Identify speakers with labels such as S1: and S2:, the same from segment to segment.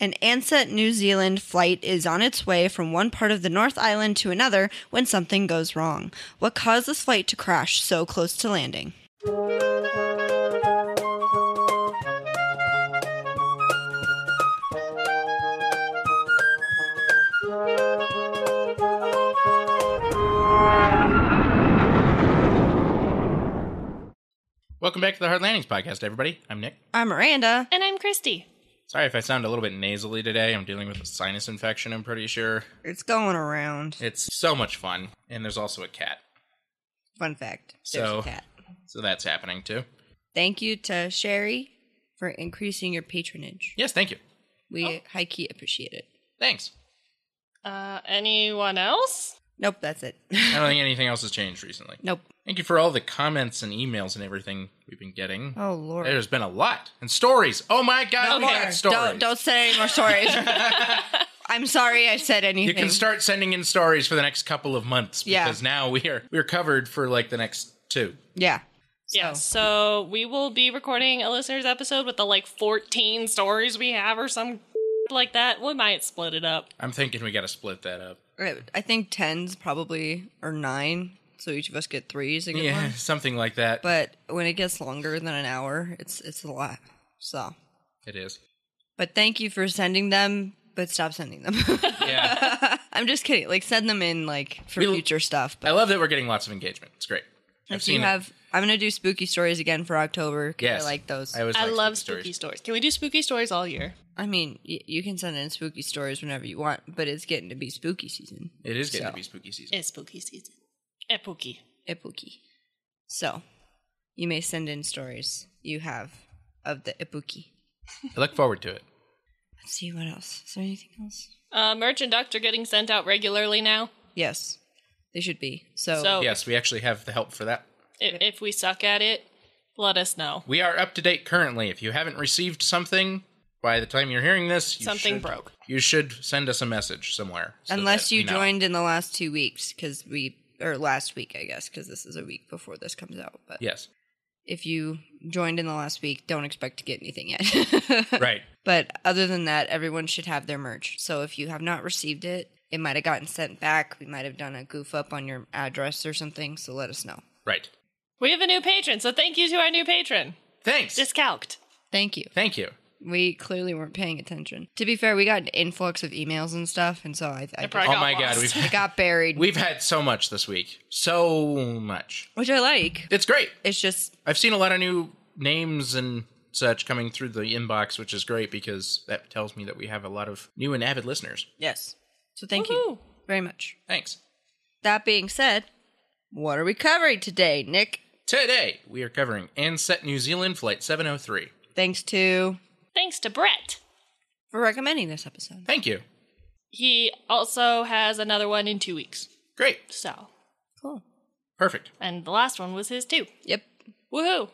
S1: An Ansett New Zealand flight is on its way from one part of the North Island to another when something goes wrong. What caused this flight to crash so close to landing?
S2: Welcome back to the Hard Landings podcast, everybody. I'm Nick.
S1: I'm Miranda.
S3: And I'm Christy.
S2: Sorry if I sound a little bit nasally today. I'm dealing with a sinus infection, I'm pretty sure.
S1: It's going around.
S2: It's so much fun, and there's also a cat.
S1: Fun fact. There's
S2: So-
S1: a cat.
S2: So that's happening too.
S1: Thank you to Sherry for increasing your patronage.
S2: Yes, thank you.
S1: We
S2: Oh.
S1: high key appreciate it.
S2: Thanks.
S3: Uh, anyone else?
S1: Nope, that's it.
S2: I don't think anything else has changed recently.
S1: nope.
S2: Thank you for all the comments and emails and everything we've been getting.
S1: Oh lord.
S2: There's been a lot. And stories. Oh my god,
S3: Okay.
S2: lots of stories.
S1: Don't don't say any more stories. I'm sorry I said anything.
S2: you can start sending in stories for the next couple of months
S1: Yeah.
S2: because now we are we're covered for like the next two.
S1: yeah.
S3: Yeah. So we will be recording a listener's episode with the like 14 stories we have or some like that. We might split it up.
S2: I'm thinking we gotta split that up.
S1: Right, I think tens probably or nine, so each of us get three is a good
S2: Yeah,
S1: one.
S2: something like that.
S1: But when it gets longer than an hour, it's it's a lot. So,
S2: it is.
S1: but thank you for sending them. But stop sending them.
S2: Yeah.
S1: I'm just kidding. Like send them in like for
S2: We-
S1: future stuff. But
S2: I love that we're getting lots of engagement. It's great. I've
S1: if you
S2: seen it.
S1: have, I'm gonna do spooky stories again for October. 'cause
S2: Yes.
S1: I like those.
S2: I,
S1: I,
S2: always
S3: I
S2: like
S3: love
S2: spooky
S3: spooky
S2: stories.
S3: stories. Can we do spooky stories all year?
S1: mean, y- you can send in spooky stories whenever you want, but it's getting to be spooky season.
S2: It is getting
S1: So.
S2: to be spooky season.
S3: It's spooky season. Eh, Spooky.
S1: Ipuki. So, you may send in stories you have of the Ipuki.
S2: I look forward to it.
S1: Let's see what else. Is there anything else?
S3: Uh, merch and duct are getting sent out regularly now.
S1: Yes, they should be. So,
S3: So
S2: Yes, we actually have the help for that.
S3: if, if we suck at it, let us know.
S2: We are up to date currently. If you haven't received something by the time you're hearing this, you
S3: Something
S2: should-
S3: broke.
S2: You should send us a message somewhere. so
S1: unless
S2: that
S1: you
S2: we know.
S1: joined in the last two weeks, because we or last week, I guess, because this is a week before this comes out. But
S2: Yes.
S1: if you joined in the last week, don't expect to get anything yet.
S2: Right.
S1: But other than that, everyone should have their merch. So if you have not received it, it might have gotten sent back. We might have done a goof up on your address or something. So let us know.
S2: Right.
S3: We have a new patron, so thank you to our new patron,
S2: Thanks.
S3: Discalced.
S1: Thank you.
S2: Thank you.
S1: We clearly weren't paying attention. To be fair, we got an influx of emails and stuff, and so I, I
S3: I probably
S2: oh
S3: got
S2: my
S3: lost.
S2: god,
S1: it
S2: we've
S1: got buried,
S2: we've had so much this week. So much.
S1: which I like.
S2: It's great.
S1: It's just
S2: I've seen a lot of new names and such coming through the inbox, which is great because that tells me that we have a lot of new and avid listeners.
S1: yes. So thank
S3: Woohoo.
S1: you very much.
S2: Thanks.
S1: That being said, what are we covering today, Nick?
S2: Today, we are covering Ansett New Zealand Flight 703.
S1: Thanks to
S3: Thanks to Brett.
S1: for recommending this episode.
S2: Thank you.
S3: He also has another one in two weeks.
S2: Great.
S3: So,
S1: Cool.
S2: Perfect.
S3: and the last one was his too.
S1: Yep.
S3: Woohoo!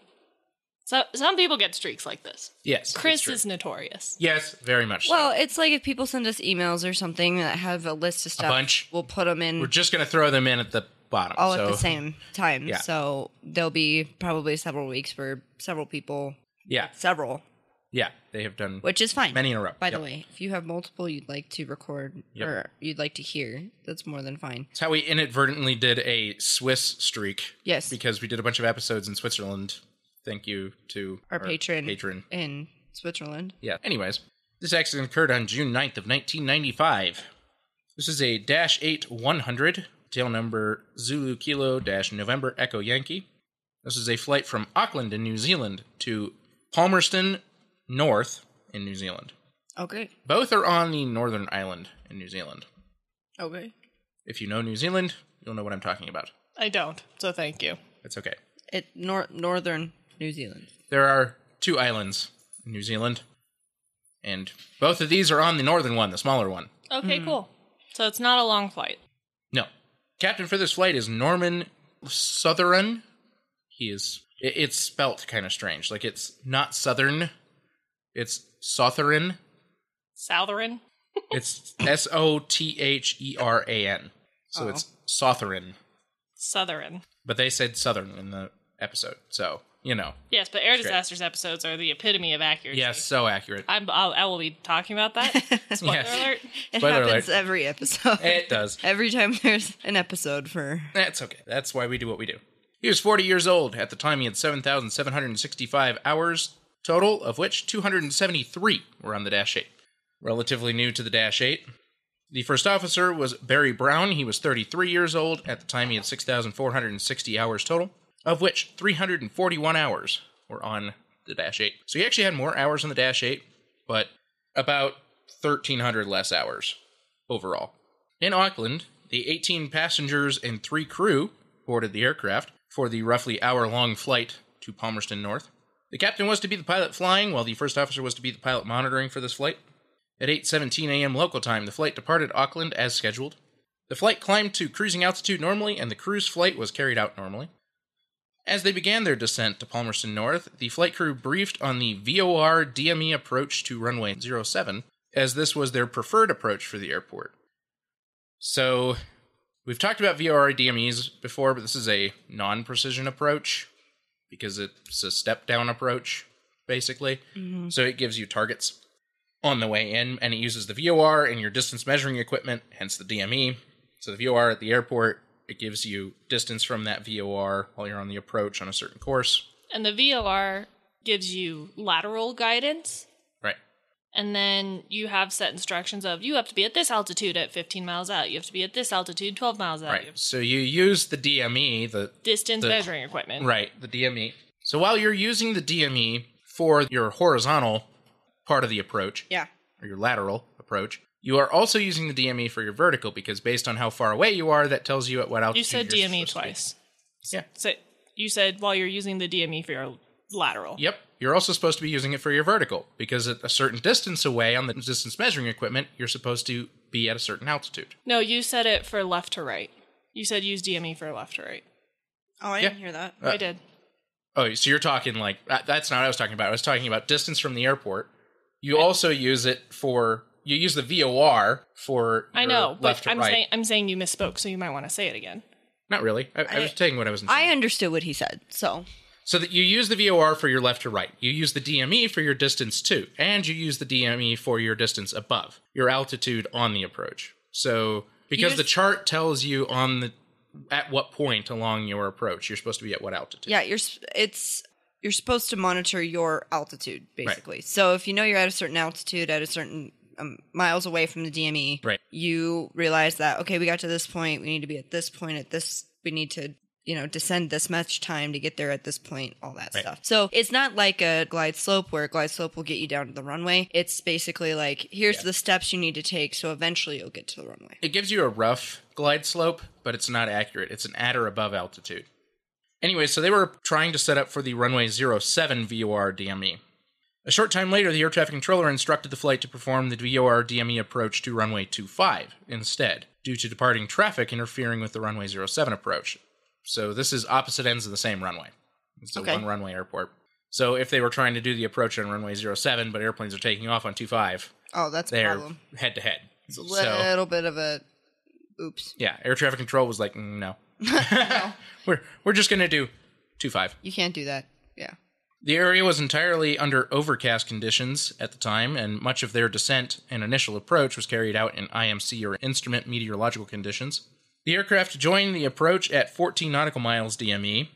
S3: So some people get streaks like this.
S2: Yes. it's
S3: Chris
S2: true.
S3: is notorious.
S2: Yes, very much so.
S1: Well, it's like if people send us emails or something that have a list of stuff,
S2: bunch.
S1: we'll put them in
S2: We're just going to throw them in at the bottom.
S1: all
S2: so,
S1: Oh, at the same time.
S2: Yeah.
S1: So there'll be probably several weeks where several people,
S2: Yeah.
S1: several,
S2: Yeah. They have done
S1: which is fine.
S2: many in a row.
S1: By
S2: Yep.
S1: the way, if you have multiple you'd like to record
S2: Yep.
S1: or you'd like to hear, that's more than fine.
S2: It's how we inadvertently did a Swiss streak.
S1: Yes.
S2: Because we did a bunch of episodes in Switzerland. Thank you to
S1: Our patron.
S2: Patron.
S1: In Switzerland.
S2: Yeah. Anyways, this accident occurred on June 9th of 1995. This is a Dash 8 100, tail number Zulu Kilo Dash November Echo Yankee. This is a flight from Auckland in New Zealand to Palmerston North in New Zealand.
S1: Okay.
S2: Both are on the Northern Island in New Zealand.
S1: Okay.
S2: If you know New Zealand, you'll know what I'm talking about.
S3: I don't, so thank you.
S2: It's okay.
S1: It nor- northern New Zealand.
S2: There are two islands in New Zealand, and both of these are on the northern one, the smaller one.
S3: Okay,
S2: Hmm.
S3: cool. So it's not a long flight.
S2: No. Captain for this flight is Norman Southern. He is. It, it's spelt kind of strange. Like it's not Southern. It's Southern.
S3: Southern.
S2: It's S O T H E R A N. So
S1: Oh.
S2: it's Southern.
S3: Southern.
S2: But they said Southern in the episode. So you know.
S3: Yes, but air
S2: Straight.
S3: disasters episodes are the epitome of accuracy.
S2: Yes, so accurate.
S3: I'm, I'll, I will be talking about that. Spoiler
S2: Yes.
S3: alert.
S1: It
S2: Spoiler
S1: happens
S2: alert.
S1: every episode.
S2: It does.
S1: Every time there's an episode for
S2: That's okay. That's why we do what we do. He was 40 years old. At the time, he had 7,765 hours total, of which 273 were on the Dash 8. Relatively new to the Dash 8. The first officer was Barry Brown. He was 33 years old. At the time, he had 6,460 hours total, of which 341 hours were on the Dash 8. So he actually had more hours on the Dash 8, but about 1,300 less hours overall. In Auckland, the 18 passengers and three crew boarded the aircraft for the roughly hour long flight to Palmerston North. The captain was to be the pilot flying, while the first officer was to be the pilot monitoring for this flight. At 8:17 a.m. local time, the flight departed Auckland as scheduled. The flight climbed to cruising altitude normally, and the cruise flight was carried out normally. As they began their descent to Palmerston North, the flight crew briefed on the VOR DME E approach to runway 07, as this was their preferred approach for the airport. So, we've talked about VOR DMEs before, but this is a non precision approach because it's a step down approach, basically. So, it gives you targets on the way in, and it uses the VOR and your distance measuring equipment, hence the DME. So, the VOR at the airport, it gives you distance from that VOR while you're on the approach on a certain course.
S3: And the VOR gives you lateral guidance.
S2: Right.
S3: And then you have set instructions of you have to be at this altitude at 15 miles out. You have to be at this altitude 12 miles out. You
S2: Right.
S3: have
S2: So, you use the DME, the
S3: distance
S2: The-
S3: measuring equipment.
S2: Right, the DME. So while you're using the DME for your horizontal part of the approach,
S1: yeah.
S2: or your lateral approach, you are also using the DME for your vertical because based on how far away you are, that tells you at what altitude.
S3: You said
S2: you're
S3: DME
S2: supposed to be.
S3: twice.
S2: Yeah.
S3: So you said while you're using the DME for your lateral.
S2: Yep. You're also supposed to be using it for your vertical because at a certain distance away on the distance measuring equipment, you're supposed to be at a certain altitude.
S3: No, you said it for left to right. You said use DME for left to right.
S1: Oh, I
S2: Yeah.
S1: didn't hear that.
S2: Uh,
S3: I did.
S2: Oh, so you're talking like that- that's not what I was talking about. I was talking about distance from the airport. You also use it for you use the VOR for
S3: I
S2: your
S3: know,
S2: left to
S3: but I'm
S2: right.
S3: saying I'm saying you misspoke, so you might want to say it again.
S2: Not really. I, I, was
S1: I-
S2: taking what I was.
S1: I
S2: Saying.
S1: understood what he said. So
S2: so that you use the VOR for your left to right. You use the DME for your distance too, and you use the DME for your distance above your altitude on the approach. So because
S1: Use-
S2: the chart tells you on the at what point along your approach you're supposed to be at what altitude.
S1: yeah, you're s- it's you're supposed to monitor your altitude basically. So if you know you're at a certain altitude at a certain um, miles away from the DME,
S2: Right.
S1: you realize that okay, we got to this point, we need to be at this point at this we need to you know descend this much time to get there at this point all that
S2: Right.
S1: stuff so it's not like a glide slope where a glide slope will get you down to the runway it's basically like here's
S2: Yeah.
S1: the steps you need to take so eventually you'll get to the runway
S2: It gives you a rough glide slope, but it's not accurate. It's an at or above altitude. Anyway, so they were trying to set up for the runway 07 VOR DME. E. A short time later, the air traffic controller instructed the flight to perform the VOR DME E approach to runway 25 instead, due to departing traffic interfering with the runway 07 approach. So this is opposite ends of the same runway. It's a
S1: Okay.
S2: one runway airport. So if they were trying to do the approach on runway 07, but airplanes are taking off on 25,
S1: oh that's a
S2: they're
S1: problem
S2: head to head.
S1: It's a little bit of a oops.
S2: Yeah, air traffic control was like, "Mm, no, we're we're just gonna do two five.
S1: You can't do that. Yeah.
S2: The area was entirely under overcast conditions at the time, and much of their descent and initial approach was carried out in IMC or instrument meteorological conditions. The aircraft joined the approach at 14 nautical miles DME,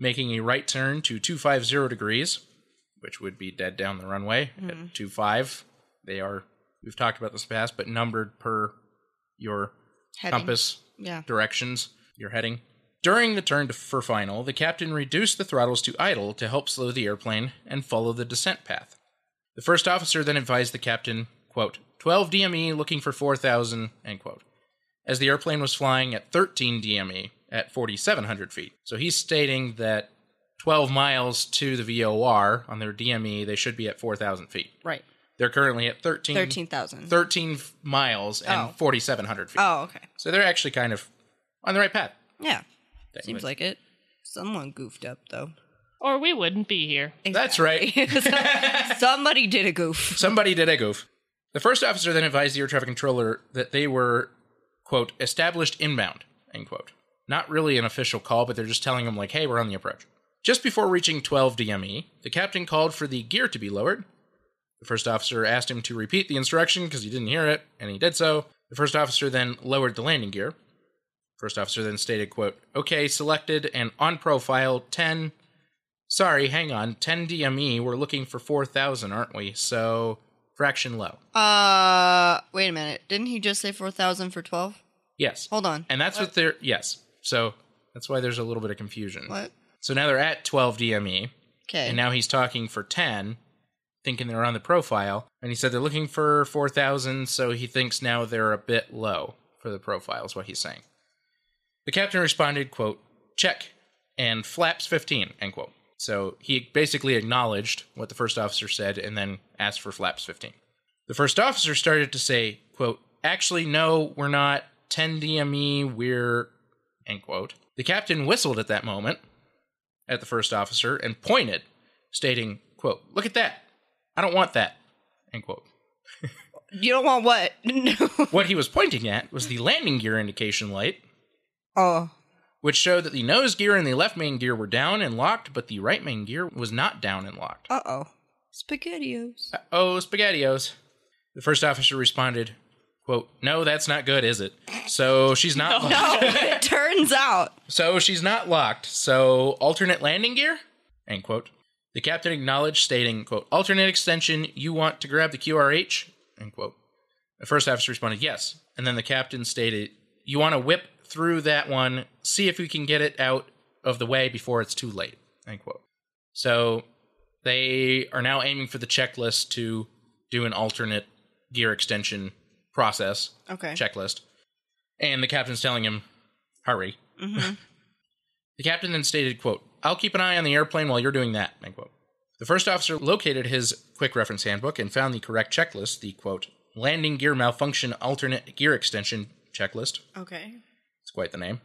S2: making a right turn to 250 degrees, which would be dead down the runway at 25. They are we've talked about this in the past, but numbered per your
S1: Heading.
S2: compass
S1: Yeah.
S2: directions you're heading. During the turn to, for final, the captain reduced the throttles to idle to help slow the airplane and follow the descent path. The first officer then advised the captain, quote, 12 DME E looking for 4,000, end quote, as the airplane was flying at 13 DME E at 4,700 feet. So he's stating that 12 miles to the VOR on their DME, they should be at 4,000 feet.
S1: Right.
S2: They're currently at 13,
S1: Thirteen thousand.
S2: 13 f- miles and
S1: Oh.
S2: 4,700 feet.
S1: oh, okay.
S2: So they're actually kind of on the right path.
S1: Yeah.
S2: technically.
S1: Seems like it. Someone goofed up though.
S3: Or we wouldn't be here.
S2: That's right.
S1: Exactly. Somebody did a goof.
S2: Somebody did a goof. The first officer then advised the air traffic controller that they were, quote, established inbound, end quote. Not really an official call, but they're just telling him, like, hey, we're on the approach. Just before reaching 12 DME, E, the captain called for the gear to be lowered. The first officer asked him to repeat the instruction because he didn't hear it, and he did so. The first officer then lowered the landing gear. First officer then stated, quote, Okay, selected and on profile 10. Sorry, hang on, 10 DME. E, We're looking for 4,000, aren't we? So, fraction low.
S1: Uh, wait a minute. Didn't he just say 4,000 for 12?
S2: Yes.
S1: Hold on.
S2: And that's what, they're, yes. So, that's why there's a little bit of confusion.
S1: What?
S2: So now they're at 12 DME,
S1: Okay.
S2: and now he's talking for 10, thinking they're on the profile. And he said they're looking for 4,000, so he thinks now they're a bit low for the profile, is what he's saying. The captain responded, quote, check, and flaps 15, end quote. So he basically acknowledged what the first officer said and then asked for flaps 15. The first officer started to say, quote, actually, no, we're not 10 DME, E, we're, end quote. The captain whistled at that moment at the first officer and pointed, stating, quote, look at that. I don't want that, end quote.
S1: you don't want what? no.
S2: What he was pointing at was the landing gear indication light,
S1: Oh.
S2: which showed that the nose gear and the left main gear were down and locked, but the right main gear was not down and locked.
S1: Uh oh. Spaghettios.
S2: Oh, spaghettios. The first officer responded, quote, no, that's not good, is it? So she's not locked.
S1: No, it turns out.
S2: So she's not locked. So alternate landing gear? End quote. The captain acknowledged, stating, quote, alternate extension, you want to grab the QRH? End quote. The first officer responded, yes. And then the captain stated, you want to whip through that one, see if we can get it out of the way before it's too late. End quote. So they are now aiming for the checklist to do an alternate gear extension process
S1: Okay.
S2: checklist. And the captain's telling him, hurry. the captain then stated, quote, I'll keep an eye on the airplane while you're doing that, end quote. The first officer located his quick reference handbook and found the correct checklist, the quote, landing gear malfunction alternate gear extension checklist.
S1: Okay.
S2: It's quite the name.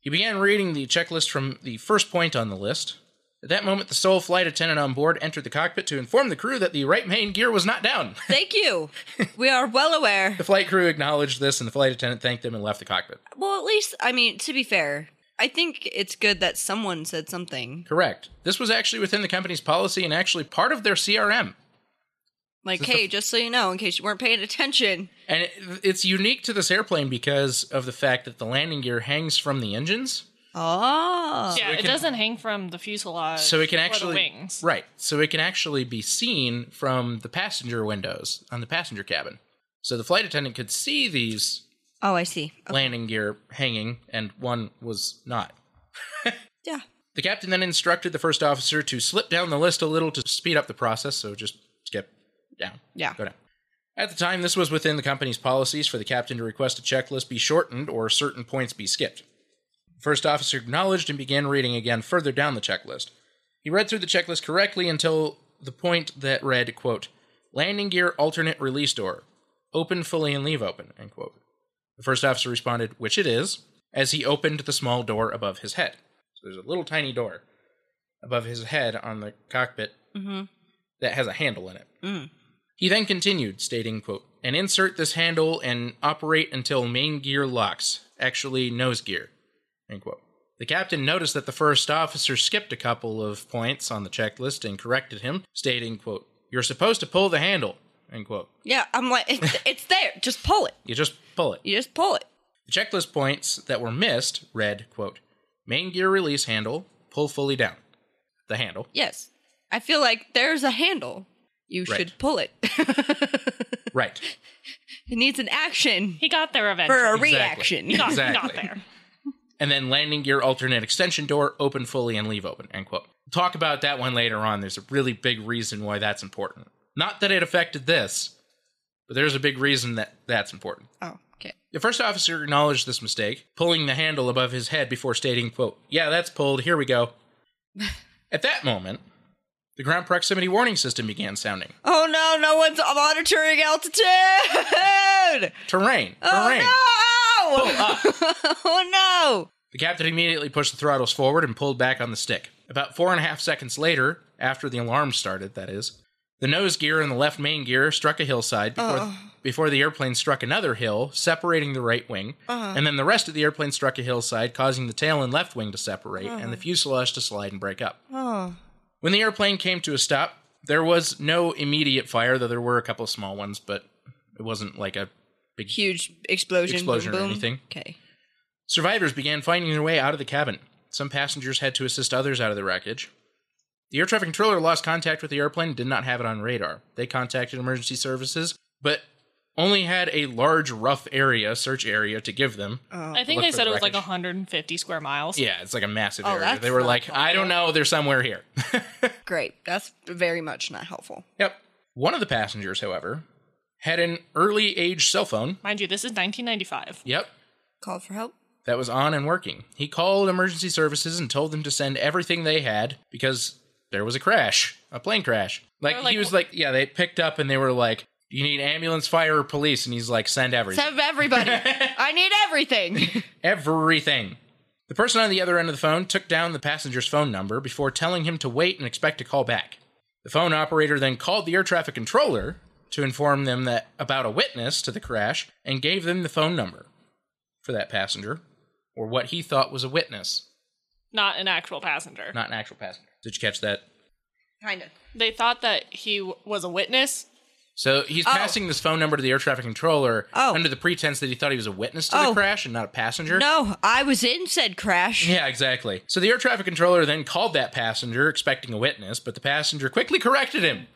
S2: He began reading the checklist from the first point on the list. At that moment, the sole flight attendant on board entered the cockpit to inform the crew that the right main gear was not down.
S1: Thank you. We are well aware.
S2: the flight crew acknowledged this, and the flight attendant thanked them and left the cockpit.
S1: Well, at least, I mean, to be fair, I think it's good that someone said something.
S2: Correct. This was actually within the company's policy and actually part of their CRM.
S1: Like, hey, just so you know, in case you weren't paying attention.
S2: And it, it's unique to this airplane because of the fact that the landing gear hangs from the engines.
S1: Oh.
S3: yeah,
S2: it
S3: it
S2: Uh, can-
S3: doesn't hang from the fuselage.
S2: So it can
S3: or
S2: actually
S3: the wings.
S2: right. So it can actually be seen from the passenger windows on the passenger cabin. So the flight attendant could see these
S1: Oh, I see. Okay.
S2: landing gear hanging and one was not.
S1: Yeah.
S2: The captain then instructed the first officer to slip down the list a little to speed up the process, so just skip down.
S1: Yeah.
S2: Go down. At the time, this was within the company's policies for the captain to request a checklist be shortened or certain points be skipped. The first officer acknowledged and began reading again further down the checklist. He read through the checklist correctly until the point that read, quote, landing gear alternate release door, open fully and leave open, end quote. The first officer responded, which it is, as he opened the small door above his head. So there's a little tiny door above his head on the cockpit that has a handle in it. He then continued, stating, quote, and insert this handle and operate until main gear locks, actually nose gear, end quote. The captain noticed that the first officer skipped a couple of points on the checklist and corrected him, stating, quote, you're supposed to pull the handle, end quote.
S1: Yeah, I'm like, it's, it's there. Just pull it.
S2: You just pull it.
S1: You just pull it.
S2: The checklist points that were missed read, quote, main gear release handle, pull fully down. The handle.
S1: Yes. I feel like there's a handle. You
S2: Right.
S1: should pull it.
S2: Right.
S1: It needs an action
S3: He got there
S1: for
S3: eventually.
S1: a
S2: Exactly.
S1: reaction.
S3: He got, he
S2: Exactly.
S3: got there.
S2: And then landing gear alternate extension door, open fully and leave open, end quote. We'll talk about that one later on. There's a really big reason why that's important. Not that it affected this, but there's a big reason that that's important.
S1: Oh, okay.
S2: The first officer acknowledged this mistake, pulling the handle above his head before stating, quote, Yeah, that's pulled, here we go. At that moment, the ground proximity warning system began sounding.
S1: Oh no, no one's monitoring altitude.
S2: Terrain. Terrain.
S1: Oh no!
S2: ah.
S1: oh no!
S2: The captain immediately pushed the throttles forward and pulled back on the stick. About four and a half seconds later, after the alarm started, that is, The nose gear and the left main gear struck a hillside before, before the airplane struck another hill, separating the right wing. And then the rest of the airplane struck a hillside, causing the tail and left wing to separate and the fuselage to slide and break up.
S1: Oh.
S2: When the airplane came to a stop, there was no immediate fire, though there were a couple of small ones, but it wasn't like a big
S1: Huge explosion.
S2: Explosion or
S1: boom, boom.
S2: anything.
S1: Okay.
S2: Survivors began finding their way out of the cabin. Some passengers had to assist others out of the wreckage. The air traffic controller lost contact with the airplane and did not have it on radar. They contacted emergency services, but only had a large, rough area, search area, to give them.
S1: Oh.
S3: I think
S2: Look
S3: they
S2: for
S3: said
S2: the
S3: it was like
S2: wreckage.
S3: 150 square miles.
S2: Yeah, it's like a massive
S1: Oh,
S2: area.
S1: that's
S2: They were
S1: not
S2: like,
S1: helpful.
S2: I don't know, they're somewhere here.
S1: Great. That's very much not helpful.
S2: yep. One of the passengers, however, had an early age cell phone.
S3: Mind you, this is 1995.
S2: Yep.
S1: Called for help.
S2: that was on and working. He called emergency services and told them to send everything they had because there was a crash, a plane crash. Like,
S3: Or, like,
S2: he was like, yeah, they picked up and they were like, you need ambulance, fire, or police, and he's like, send everything,
S1: Save everybody. I need everything.
S2: everything. The person on the other end of the phone took down the passenger's phone number before telling him to wait and expect a call back. The phone operator then called the air traffic controller to inform them that about a witness to the crash and gave them the phone number for that passenger or what he thought was a witness.
S3: Not an actual passenger.
S2: not an actual passenger. Did you catch that?
S1: Kinda.
S3: They thought that he w- was a witness.
S2: So he's
S1: Oh.
S2: passing this phone number to the air traffic controller
S1: Oh.
S2: under the pretense that he thought he was a witness to the
S1: Oh.
S2: crash and not a passenger.
S1: No, I was in said crash.
S2: Yeah, exactly. So the air traffic controller then called that passenger, expecting a witness, but the passenger quickly corrected him.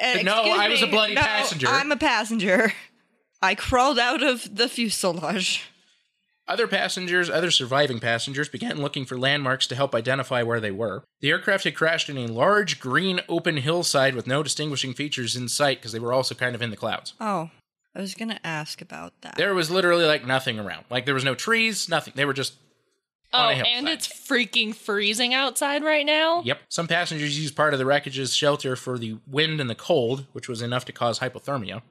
S1: Uh,
S2: No,
S1: excuse
S2: I was a
S1: me.
S2: bloody
S1: No,
S2: passenger.
S1: I'm a passenger. I crawled out of the fuselage.
S2: Other passengers, other surviving passengers, began looking for landmarks to help identify where they were. The aircraft had crashed in a large green open hillside with no distinguishing features in sight because they were also kind of in the clouds.
S1: Oh, I was gonna ask about that.
S2: There was literally like nothing around. Like there was no trees, nothing. They were just
S3: Oh,
S2: On a hillside.
S3: and it's freaking freezing outside right now.
S2: Yep. Some passengers used part of the wreckage's shelter for the wind and the cold, which was enough to cause hypothermia.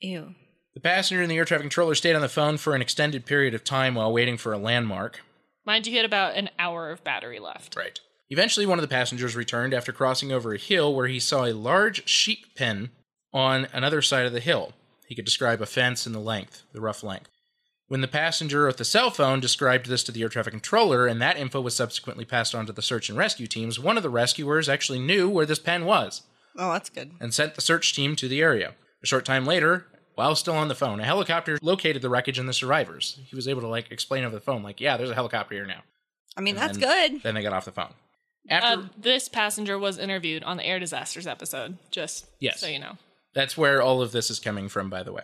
S1: Ew.
S2: The passenger and the air traffic controller stayed on the phone for an extended period of time while waiting for a landmark.
S3: Mind you, he had about an hour of battery left.
S2: Right. Eventually, one of the passengers returned after crossing over a hill where he saw a large sheep pen on another side of the hill. He could describe a fence and the length, the rough length. When the passenger with the cell phone described this to the air traffic controller, and that info was subsequently passed on to the search and rescue teams, one of the rescuers actually knew where this pen was.
S1: Oh, that's good.
S2: and sent the search team to the area. A short time later, while still on the phone, a helicopter located the wreckage and the survivors. He was able to like explain over the phone, like, "Yeah, there's a helicopter here now."
S1: I mean, that's
S2: And
S1: good. Um,
S2: Then they got off the phone. After
S3: Uh, this passenger was interviewed on the air disasters episode, just
S2: Yes.
S3: so you know.
S2: that's where all of this is coming from, by the way.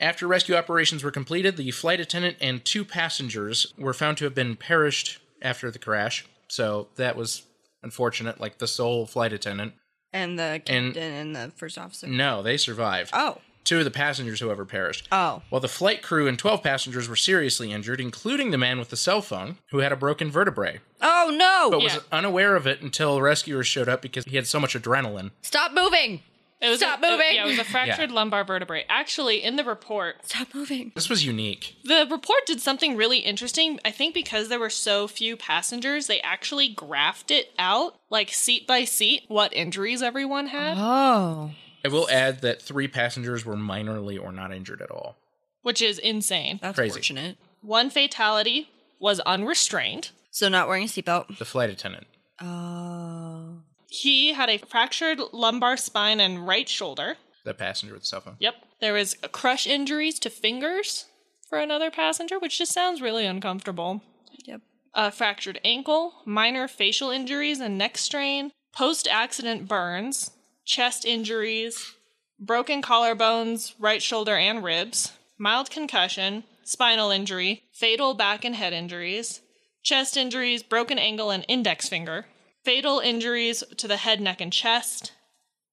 S2: After rescue operations were completed, the flight attendant and two passengers were found to have been perished after the crash. So that was unfortunate. Like the sole flight attendant,
S1: And the captain and, the first officer.
S2: no, they survived.
S1: Oh.
S2: Two of the passengers, however, perished.
S1: Oh.
S2: While the flight crew and 12 passengers were seriously injured, including the man with the cell phone, who had a broken vertebrae,
S1: Oh no!
S2: but was
S3: Yeah.
S2: unaware of it until rescuers showed up because he had so much adrenaline.
S1: Stop moving!
S3: It was
S1: Stop
S3: a, it-
S1: moving!
S3: yeah, it was a fractured lumbar vertebrae. Actually, in the report,
S1: Stop moving.
S2: This was unique.
S3: the report did something really interesting. I think because there were so few passengers, they actually graphed it out, like seat by seat, what injuries everyone had,
S1: Oh.
S2: I will add that three passengers were minorly or not injured at all.
S3: which is insane.
S1: That's
S2: Crazy.
S1: fortunate.
S3: One fatality was unrestrained.
S1: So not wearing a seatbelt.
S2: The flight attendant.
S1: Oh.
S3: He had a fractured lumbar spine and right shoulder.
S2: The passenger with the cell phone.
S3: Yep. There was crush injuries to fingers for another passenger, which just sounds really uncomfortable.
S1: Yep.
S3: a fractured ankle, minor facial injuries and neck strain, post accident burns, chest injuries, broken collarbones, right shoulder and ribs, mild concussion, spinal injury, fatal back and head injuries, chest injuries, broken ankle and index finger, fatal injuries to the head, neck, and chest,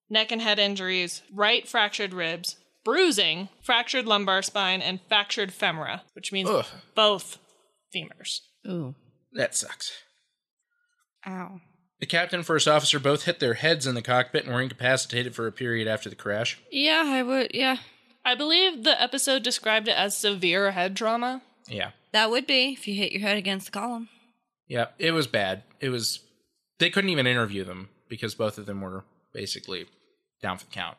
S3: neck and head injuries, right fractured ribs, bruising, fractured lumbar spine, and fractured femora, which means
S2: Ugh,
S3: both femurs.
S1: Ooh.
S2: that sucks.
S1: Ow.
S2: The captain and first officer both hit their heads in the cockpit and were incapacitated for a period after the crash.
S1: Yeah, I would. Yeah.
S3: I believe the episode described it as severe head trauma.
S2: Yeah.
S1: That would be if you hit your head against the column.
S2: Yeah, it was bad. It was. They couldn't even interview them because both of them were basically down for the count.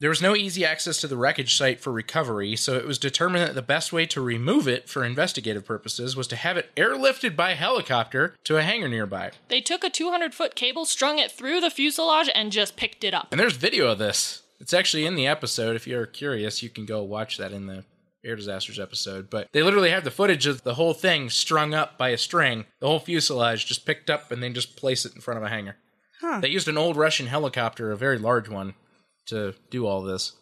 S2: There was no easy access to the wreckage site for recovery, so it was determined that the best way to remove it for investigative purposes was to have it airlifted by helicopter to a hangar nearby.
S3: They took a 200 foot cable, strung it through the fuselage, and just picked it up.
S2: And there's video of this. It's actually in the episode. If you're curious, you can go watch that in the air disasters episode. But they literally have the footage of the whole thing strung up by a string, the whole fuselage just picked up and then just place it in front of a hangar.
S1: Huh.
S2: They used an old Russian helicopter, a very large one, to do all this.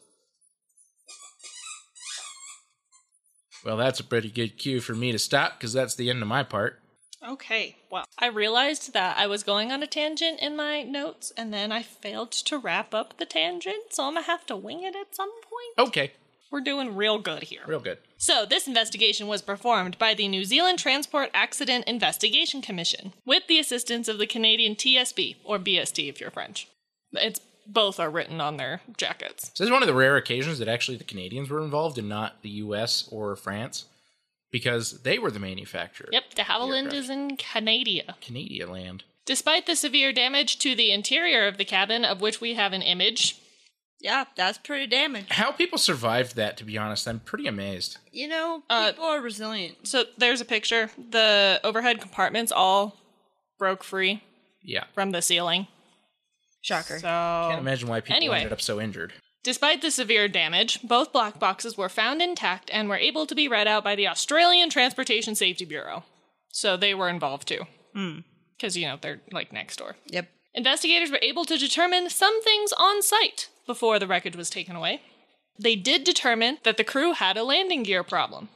S2: Well, that's a pretty good cue for me to stop because that's the end of my part.
S3: Okay, well, I realized that I was going on a tangent in my notes, and then I failed to wrap up the tangent, so I'm gonna have to wing it at some point.
S2: Okay,
S3: We're doing real good here.
S2: real good.
S3: So, this investigation was performed by the New Zealand Transport Accident Investigation Commission with the assistance of the Canadian TSB, or BST if you're French. It's both are written on their jackets.
S2: So this is one of the rare occasions that actually the Canadians were involved and not the U.S. or France, because they were the manufacturer.
S3: Yep, de Havilland
S2: Yeah,
S3: is in Canada.
S2: Canadian land.
S3: Despite the severe damage to the interior of the cabin, of which we have an image,
S1: Yeah, that's pretty damage.
S2: How people survived that, to be honest, I'm pretty amazed.
S1: You know,
S3: Uh,
S1: people are resilient.
S3: so there's a picture. The overhead compartments all broke free
S2: Yeah,
S3: from the ceiling.
S1: Shocker.
S2: can't
S3: So,
S2: imagine why people
S3: Anyway.
S2: ended up so injured.
S3: Despite the severe damage, both black boxes were found intact and were able to be read out by the Australian Transportation Safety Bureau. So they were involved too. Because, you know, they're like next door.
S1: yep.
S3: Investigators were able to determine some things on site before the wreckage was taken away. They did determine that the crew had a landing gear problem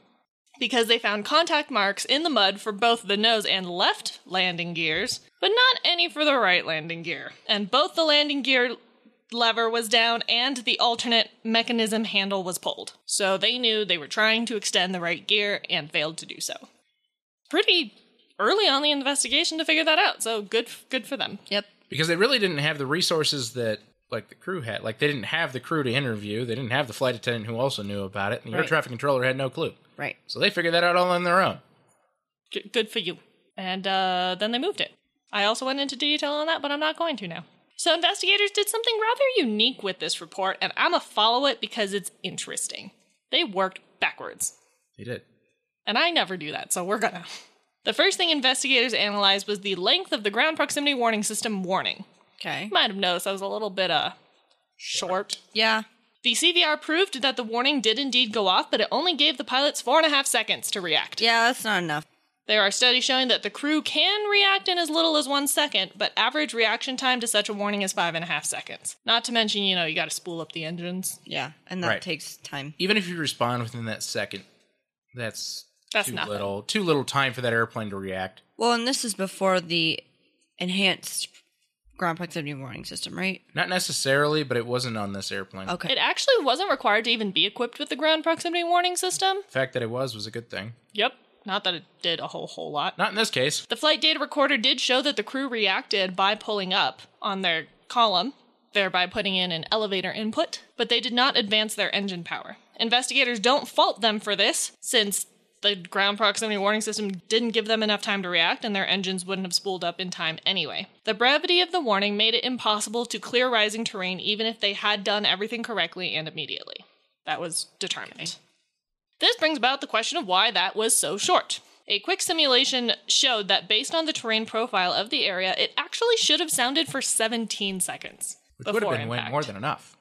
S3: because they found contact marks in the mud for both the nose and left landing gears, but not any for the right landing gear. And both the landing gear lever was down and the alternate mechanism handle was pulled. So they knew they were trying to extend the right gear and failed to do so. Pretty early on in the investigation to figure that out. So good good for them.
S1: Yep.
S2: because they really didn't have the resources that like the crew had. Like they didn't have the crew to interview. They didn't have the flight attendant who also knew about it, and the air
S1: Right.
S2: traffic controller had no clue.
S1: Right.
S2: So they figured that out all on their own.
S3: G- good for you. And uh, then they moved it. I also went into detail on that, but I'm not going to now. So, investigators did something rather unique with this report, and I'm going to follow it because it's interesting. They worked backwards.
S2: They did.
S3: And I never do that, so we're gonna. The first thing investigators analyzed was the length of the ground proximity warning system warning.
S1: Okay.
S3: You might have noticed I was a little bit, uh, short.
S1: Yeah.
S3: The CVR proved that the warning did indeed go off, but it only gave the pilots four and a half seconds to react.
S1: Yeah, that's not enough.
S3: There are studies showing that the crew can react in as little as one second, but average reaction time to such a warning is five and a half seconds. Not to mention, you know, you gotta spool up the engines.
S1: Yeah. And that
S2: Right.
S1: takes time.
S2: Even if you respond within that second, that's
S3: That's
S2: too
S3: nothing.
S2: little. Too little time for that airplane to react.
S1: Well, and this is before the enhanced ground proximity warning system, right?
S2: Not necessarily, but it wasn't on this airplane.
S1: Okay.
S3: It actually wasn't required to even be equipped with the ground proximity warning system.
S2: The fact that it was was a good thing.
S3: Yep, not that it did a whole whole lot.
S2: Not in this case.
S3: The flight data recorder did show that the crew reacted by pulling up on their column, thereby putting in an elevator input, but they did not advance their engine power. Investigators don't fault them for this, since the ground proximity warning system didn't give them enough time to react and their engines wouldn't have spooled up in time anyway. The brevity of the warning made it impossible to clear rising terrain even if they had done everything correctly and immediately. That was determined. This brings about the question of why that was so short. A quick simulation showed that based on the terrain profile of the area, it actually should have sounded for 17 seconds.
S2: Which would have
S3: before
S2: been way
S3: impact.
S2: more than enough.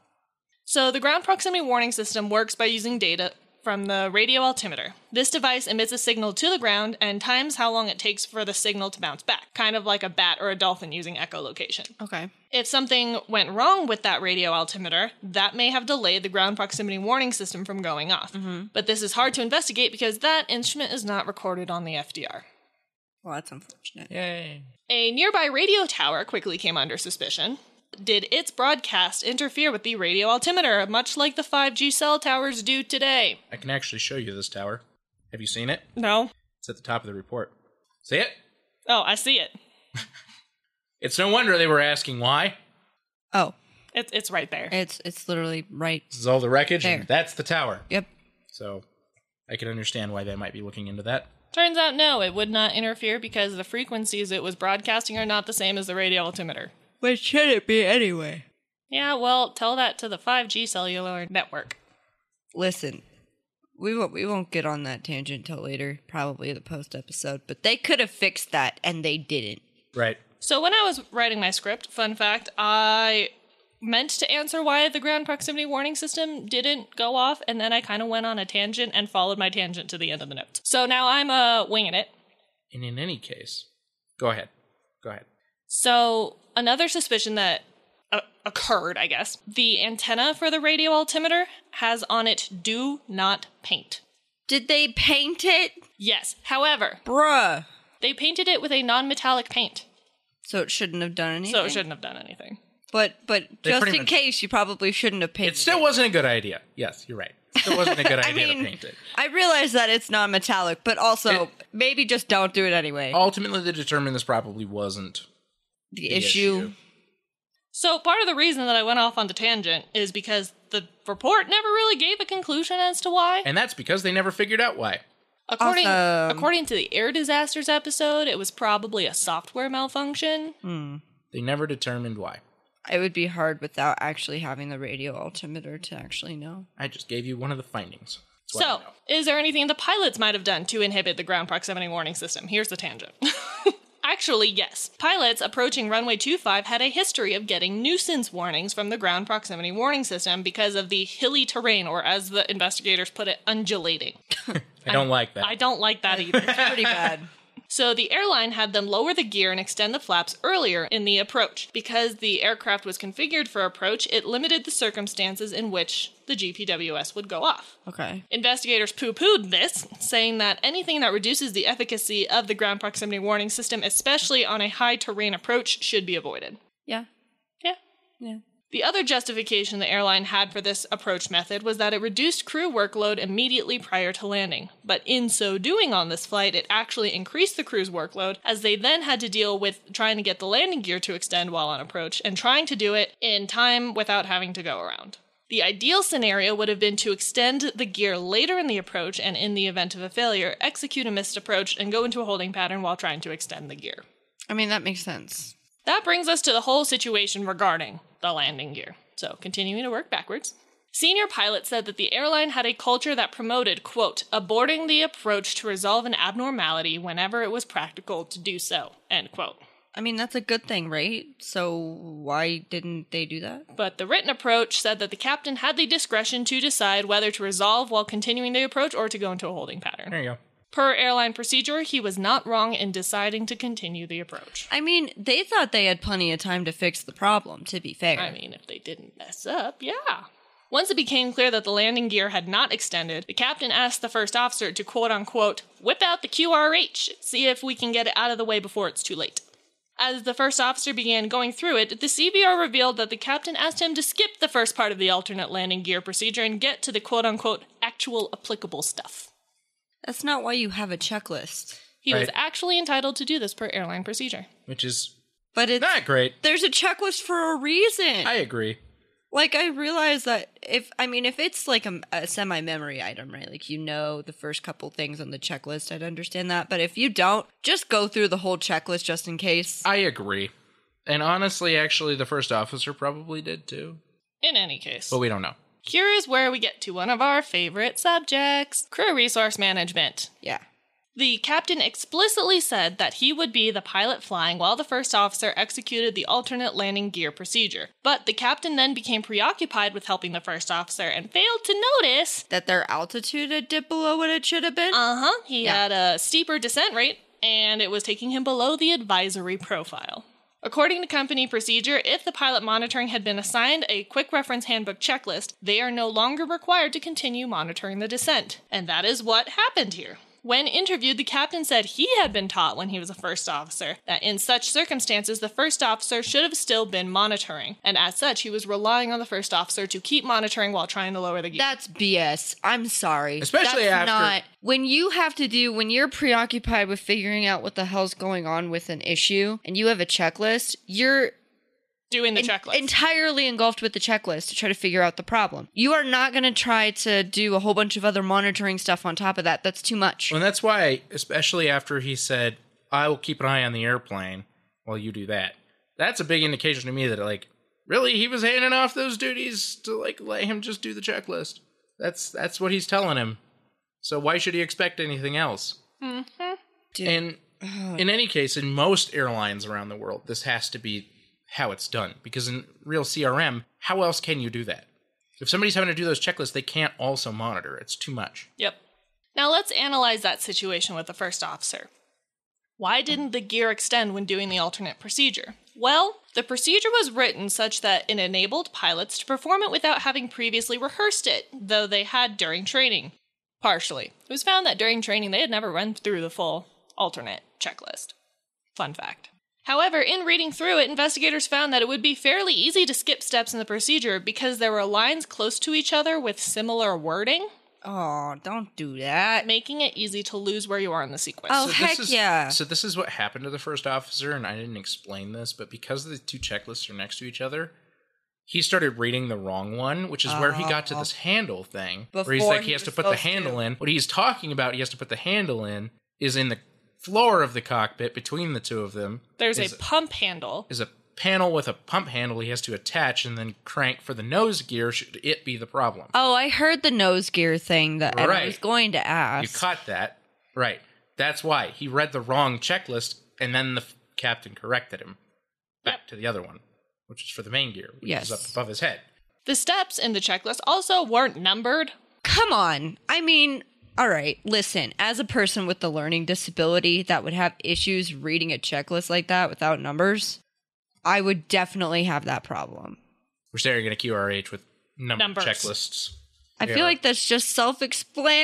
S3: So, the ground proximity warning system works by using data from the radio altimeter. This device emits a signal to the ground and times how long it takes for the signal to bounce back, kind of like a bat or a dolphin using echolocation.
S1: okay.
S3: If something went wrong with that radio altimeter, that may have delayed the ground proximity warning system from going off. But this is hard to investigate because that instrument is not recorded on the FDR.
S1: Well, that's unfortunate.
S2: Yay.
S3: A nearby radio tower quickly came under suspicion. Did its broadcast interfere with the radio altimeter, much like the 5G cell towers do today?
S2: I can actually show you this tower. Have you seen it?
S3: No.
S2: It's at the top of the report. See it?
S3: Oh, I see it.
S2: It's no wonder they were asking why.
S1: Oh,
S3: It's, it's right there.
S1: it's it's literally right.
S2: This is all the wreckage, and
S1: There.
S2: that's the tower.
S1: Yep.
S2: So I can understand why they might be looking into that.
S3: Turns out, no, it would not interfere because the frequencies it was broadcasting are not the same as the radio altimeter.
S1: Which should it be anyway?
S3: Yeah, well, tell that to the 5G cellular network.
S1: Listen, we won't we won't get on that tangent till later, probably the post episode. But they could have fixed that, and they didn't.
S2: Right.
S3: So when I was writing my script, fun fact, I meant to answer why the ground proximity warning system didn't go off, and then I kind of went on a tangent and followed my tangent to the end of the notes. So now I'm uh, winging it.
S2: And in any case, go ahead. Go ahead.
S3: So another suspicion that uh, occurred, I guess, the antenna for the radio altimeter has on it "Do not paint."
S1: Did they paint it,
S3: Yes, however,
S1: bruh?
S3: they painted it with a non-metallic paint,
S1: So it shouldn't have done anything.
S3: so it shouldn't have done anything.
S1: But but
S2: They
S1: just
S2: pretty
S1: in
S2: much-
S1: case, you probably shouldn't have painted.
S2: It still wasn't a good idea. Yes, you're right. Still wasn't a good
S1: I
S2: idea
S1: mean,
S2: to paint it.
S1: I realize that it's non-metallic, but also
S2: It- Oh,
S1: maybe just don't do it anyway.
S2: Ultimately, they determined this probably wasn't
S1: the
S2: the
S1: issue.
S3: So part of the reason that I went off on the tangent is because the report never really gave a conclusion as to why.
S2: and that's because they never figured out why.
S3: According
S1: Awesome.
S3: according to the air disasters episode, it was probably a software malfunction.
S2: They never determined why.
S1: It would be hard without actually having the radio altimeter to actually know.
S2: I just gave you one of the findings. That's what I
S3: So,
S2: know.
S3: is there anything the pilots might have done to inhibit the ground proximity warning system? Here's the tangent. Actually, yes. Pilots approaching runway 25 had a history of getting nuisance warnings from the ground proximity warning system because of the hilly terrain, or as the investigators put it, undulating.
S2: I don't like that.
S3: I don't like that either.
S1: It's pretty bad.
S3: So the airline had them lower the gear and extend the flaps earlier in the approach. Because the aircraft was configured for approach, it limited the circumstances in which the GPWS would go off.
S1: Okay.
S3: Investigators poo pooed this, saying that anything that reduces the efficacy of the ground proximity warning system, especially on a high terrain approach, should be avoided.
S1: Yeah.
S3: Yeah.
S1: Yeah.
S3: The other justification the airline had for this approach method was that it reduced crew workload immediately prior to landing. But in so doing on this flight, it actually increased the crew's workload as they then had to deal with trying to get the landing gear to extend while on approach and trying to do it in time without having to go around. The ideal scenario would have been to extend the gear later in the approach and, in the event of a failure, execute a missed approach and go into a holding pattern while trying to extend the gear.
S1: I mean that makes sense.
S3: That brings us to the whole situation regarding the landing gear. So, continuing to work backwards. Senior pilot said that the airline had a culture that promoted, quote, aborting the approach to resolve an abnormality whenever it was practical to do so, end quote.
S1: I mean that's a good thing, right? So why didn't they do that?
S3: But the written approach said that the captain had the discretion to decide whether to resolve while continuing the approach or to go into a holding pattern.
S2: there you go.
S3: Per airline procedure, he was not wrong in deciding to continue the approach.
S1: I mean, they thought they had plenty of time to fix the problem, to be fair.
S3: I mean, if they didn't mess up, yeah. Once it became clear that the landing gear had not extended, the captain asked the first officer to quote unquote, whip out the QRH, see if we can get it out of the way before it's too late. As the first officer began going through it, the CBR revealed that the captain asked him to skip the first part of the alternate landing gear procedure and get to the quote unquote actual applicable stuff.
S1: that's not why you have a checklist.
S3: He was
S2: Right.
S3: actually entitled to do this per airline procedure.
S2: Which is
S1: But it's
S2: not great.
S1: there's a checklist for a reason.
S2: I agree.
S1: Like I realize that if I mean if it's like a, a semi memory item, right? Like you know the first couple things on the checklist, I'd understand that. But if you don't, just go through the whole checklist just in case.
S2: I agree. And honestly, actually, the first officer probably did too.
S3: In any case.
S2: But we don't know.
S3: Here is where we get to one of our favorite subjects crew resource management.
S1: Yeah.
S3: The captain explicitly said that he would be the pilot flying while the first officer executed the alternate landing gear procedure. But the captain then became preoccupied with helping the first officer and failed to notice.
S1: That their altitude had dipped below what it should have been.
S3: Uh huh, he
S1: Yeah.
S3: had a steeper descent rate, and it was taking him below the advisory profile. According to company procedure, if the pilot monitoring had been assigned a quick reference handbook checklist, they are no longer required to continue monitoring the descent. And that is what happened here. When interviewed, the captain said he had been taught when he was a first officer that in such circumstances, the first officer should have still been monitoring, and as such, he was relying on the first officer to keep monitoring while trying to lower the gear.
S1: That's BS. I'm sorry.
S2: Especially
S1: That's
S2: after-
S1: not when you have to do when you're preoccupied with figuring out what the hell's going on with an issue and you have a checklist, you're
S3: Doing the
S1: en-
S3: checklist.
S1: entirely engulfed with the checklist to try to figure out the problem. You are not going to try to do a whole bunch of other monitoring stuff on top of that. That's too much.
S2: And that's why, especially after he said, I will keep an eye on the airplane while you do that. That's a big indication to me that, like, Really, he was handing off those duties to like let him just do the checklist. That's that's what he's telling him. So why should he expect anything else?
S1: Dude.
S2: And in any case, in most airlines around the world, this has to be how it's done because in real CRM, how else can you do that? If somebody's having to do those checklists, they can't also monitor. It's too much.
S3: Yep. Now let's analyze that situation with the first officer. Why didn't the gear extend when doing the alternate procedure? Well, the procedure was written such that it enabled pilots to perform it without having previously rehearsed it, though they had during training. Partially. It was found that during training they had never run through the full alternate checklist. Fun fact. However, in reading through it, investigators found that it would be fairly easy to skip steps in the procedure because there were lines close to each other with similar wording,
S1: Oh, don't do that.
S3: making it easy to lose where you are in the sequence.
S1: Oh, heck
S2: this is,
S1: yeah.
S2: So this is what happened to the first officer, and I didn't explain this, but because the two checklists are next to each other, he started reading the wrong one, which is where he got to this handle thing, where he's
S1: Oh. Before
S2: like he
S1: he
S2: has to
S1: was
S2: put the
S1: supposed
S2: handle
S1: to.
S2: in. What he's talking about, he has to put the handle in, is in the floor of the cockpit between the two of them.
S3: There's
S2: is-
S3: a pump handle.
S2: is a panel with a pump handle he has to attach and then crank for the nose gear should it be the problem.
S1: Oh, I heard the nose gear thing that and I was
S2: Right.
S1: going to
S2: You
S1: ask.
S2: caught that. Right. That's why he read the wrong checklist and then the f- captain corrected him back to the other one, which is for the main gear, which
S1: Yes.
S2: is up above his head.
S3: The steps in the checklist also weren't numbered.
S1: Come on. I mean, all right, listen, as a person with a learning disability that would have issues reading a checklist like that without numbers, I would definitely have that problem.
S2: We're staring at a QRH with number
S3: Numbers.
S2: checklists.
S1: I
S2: Yeah.
S1: feel like that's just self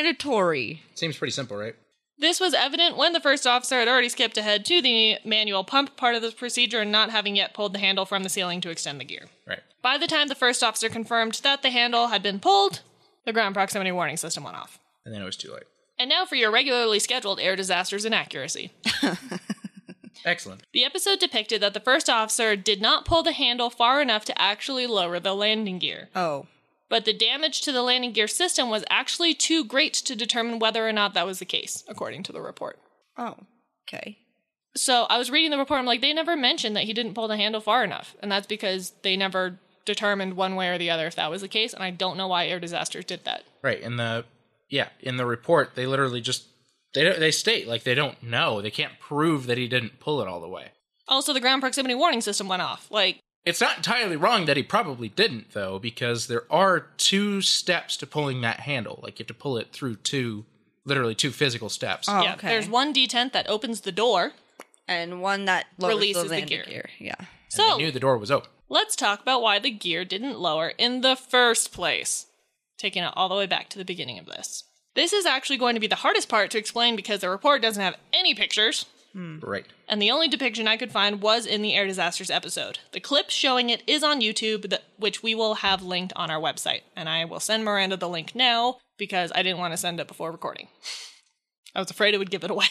S1: explanatory.
S2: Seems pretty simple, right?
S3: This was evident when the first officer had already skipped ahead to the manual pump part of the procedure and not having yet pulled the handle from the ceiling to extend the gear.
S2: Right.
S3: By the time the first officer confirmed that the handle had been pulled, the ground proximity warning system went off.
S2: And then it was too late.
S3: And now for your regularly scheduled air disasters and accuracy.
S2: Excellent.
S3: The episode depicted that the first officer did not pull the handle far enough to actually lower the landing gear.
S1: Oh,
S3: but the damage to the landing gear system was actually too great to determine whether or not that was the case, according to the report.
S1: oh, okay.
S3: So I was reading the report, I'm like, they never mentioned that he didn't pull the handle far enough, and that's because they never determined one way or the other if that was the case, and I don't know why air disasters did that.
S2: Right. In the yeah, in the report they literally just they don't, they state like they don't know. They can't prove that he didn't pull it all the way.
S3: Also, the ground proximity warning system went off. Like,
S2: It's not entirely wrong that he probably didn't, though, because there are two steps to pulling that handle. Like, you have to pull it through two, literally two physical steps.
S1: Oh,
S3: yeah,
S1: okay.
S3: there's one detent that opens the door.
S1: and one that lowers
S3: Releases
S1: the
S3: the
S1: landing
S3: gear.
S1: gear. Yeah.
S2: I
S3: So
S2: knew the door was open.
S3: let's talk about why the gear didn't lower in the first place. Taking it all the way back to the beginning of this. This is actually going to be the hardest part to explain because the report doesn't have any pictures,
S2: Right.
S3: and the only depiction I could find was in the Air Disasters episode. The clip showing it is on YouTube, th- which we will have linked on our website, and I will send Miranda the link now because I didn't want to send it before recording. I was afraid it would give it away.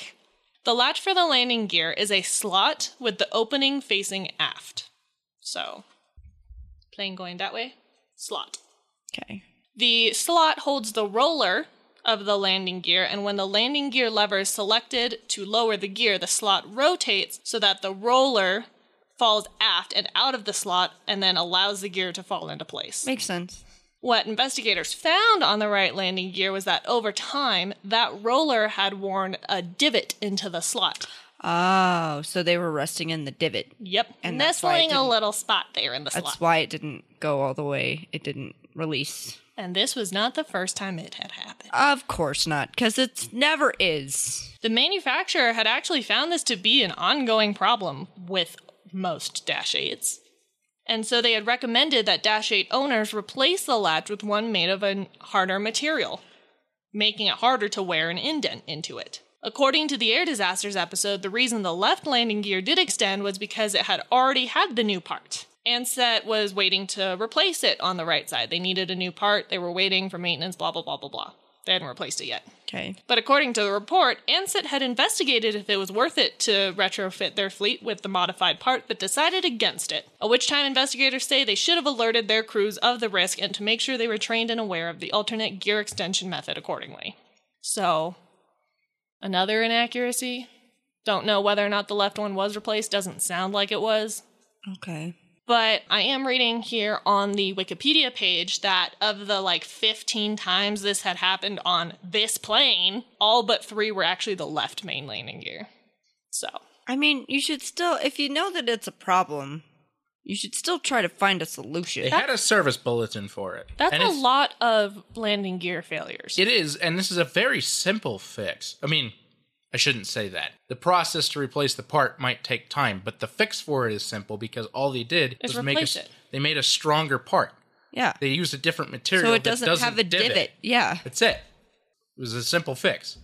S3: The latch for the landing gear is a slot with the opening facing aft. So, plane going that way, slot.
S1: Okay.
S3: The slot holds the roller of the landing gear, and when the landing gear lever is selected to lower the gear, the slot rotates so that the roller falls aft and out of the slot and then allows the gear to fall into place.
S1: Makes sense.
S3: What investigators found on the right landing gear was that over time, that roller had worn a divot into the slot.
S1: Oh, so they were resting in the divot.
S3: Yep,
S1: And that's why it
S3: nestling a
S1: didn't-
S3: little spot there in the
S1: That's
S3: slot.
S1: why it didn't go all the way. It didn't release.
S3: and this was not the first time it had happened.
S1: Of course not, because it never is.
S3: The manufacturer had actually found this to be an ongoing problem with most Dash 8s. And so they had recommended that Dash 8 owners replace the latch with one made of a harder material, making it harder to wear an indent into it. According to the Air Disasters episode, the reason the left landing gear did extend was because it had already had the new part. Ansett was waiting to replace it on the right side. They needed a new part, they were waiting for maintenance, blah, blah, blah, blah, blah. They hadn't replaced it yet.
S1: Okay.
S3: But according to the report, Ansett had investigated if it was worth it to retrofit their fleet with the modified part, but decided against it. At which time, investigators say they should have alerted their crews of the risk and to make sure they were trained and aware of the alternate gear extension method accordingly. So, another inaccuracy. Don't know whether or not the left one was replaced, doesn't sound like it was.
S1: Okay.
S3: But I am reading here on the Wikipedia page that of the like 15 times this had happened on this plane, all but three were actually the left main landing gear. So,
S1: I mean, you should still, if you know that it's a problem, you should still try to find a
S2: They
S1: solution.
S2: had a service bulletin for it.
S3: that's
S2: and
S3: a
S2: it's-
S3: lot of landing gear failures.
S2: It is, and this is a very simple fix. I mean, I shouldn't say that. The process to replace the part might take time, but the fix for it is simple because all they did
S3: Is
S2: was make a,
S3: replace
S2: s-
S3: it.
S2: they made a stronger part.
S1: yeah.
S2: They used a different material.
S1: So it
S2: that
S1: doesn't, have a divot.
S2: divot.
S1: Yeah.
S2: That's it. It was a simple fix.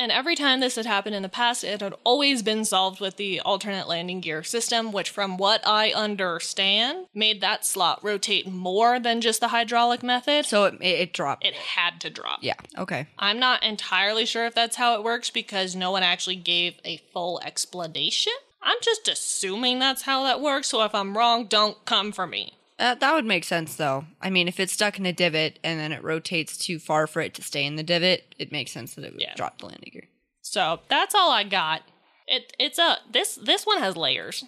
S3: And every time this had happened in the past, it had always been solved with the alternate landing gear system, which, from what I understand, made that slot rotate more than just the hydraulic method. So
S1: So it, it, it dropped.
S3: it had to drop.
S1: yeah. Okay.
S3: I'm not entirely sure if that's how it works because no one actually gave a full explanation. I'm just assuming that's how that works, so if I'm wrong, don't come for me.
S1: Uh, that would make sense, though. I mean, if it's stuck in a divot and then it rotates too far for it to stay in the divot, it makes sense that it would
S3: Yeah.
S1: drop the landing gear.
S3: So that's all I got. It it's a this this one has layers,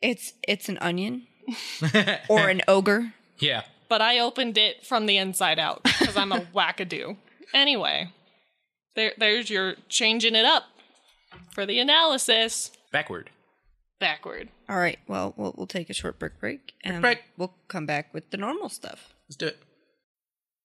S1: It's it's an onion or an ogre.
S2: Yeah.
S3: but I opened it from the inside out because I'm a wackadoo. Anyway, there there's your changing it up for the analysis
S2: Backward.
S3: backward.
S1: All right. Well, we'll we'll take a short break break and
S2: break.
S1: we'll come back with the normal stuff.
S2: Let's do it.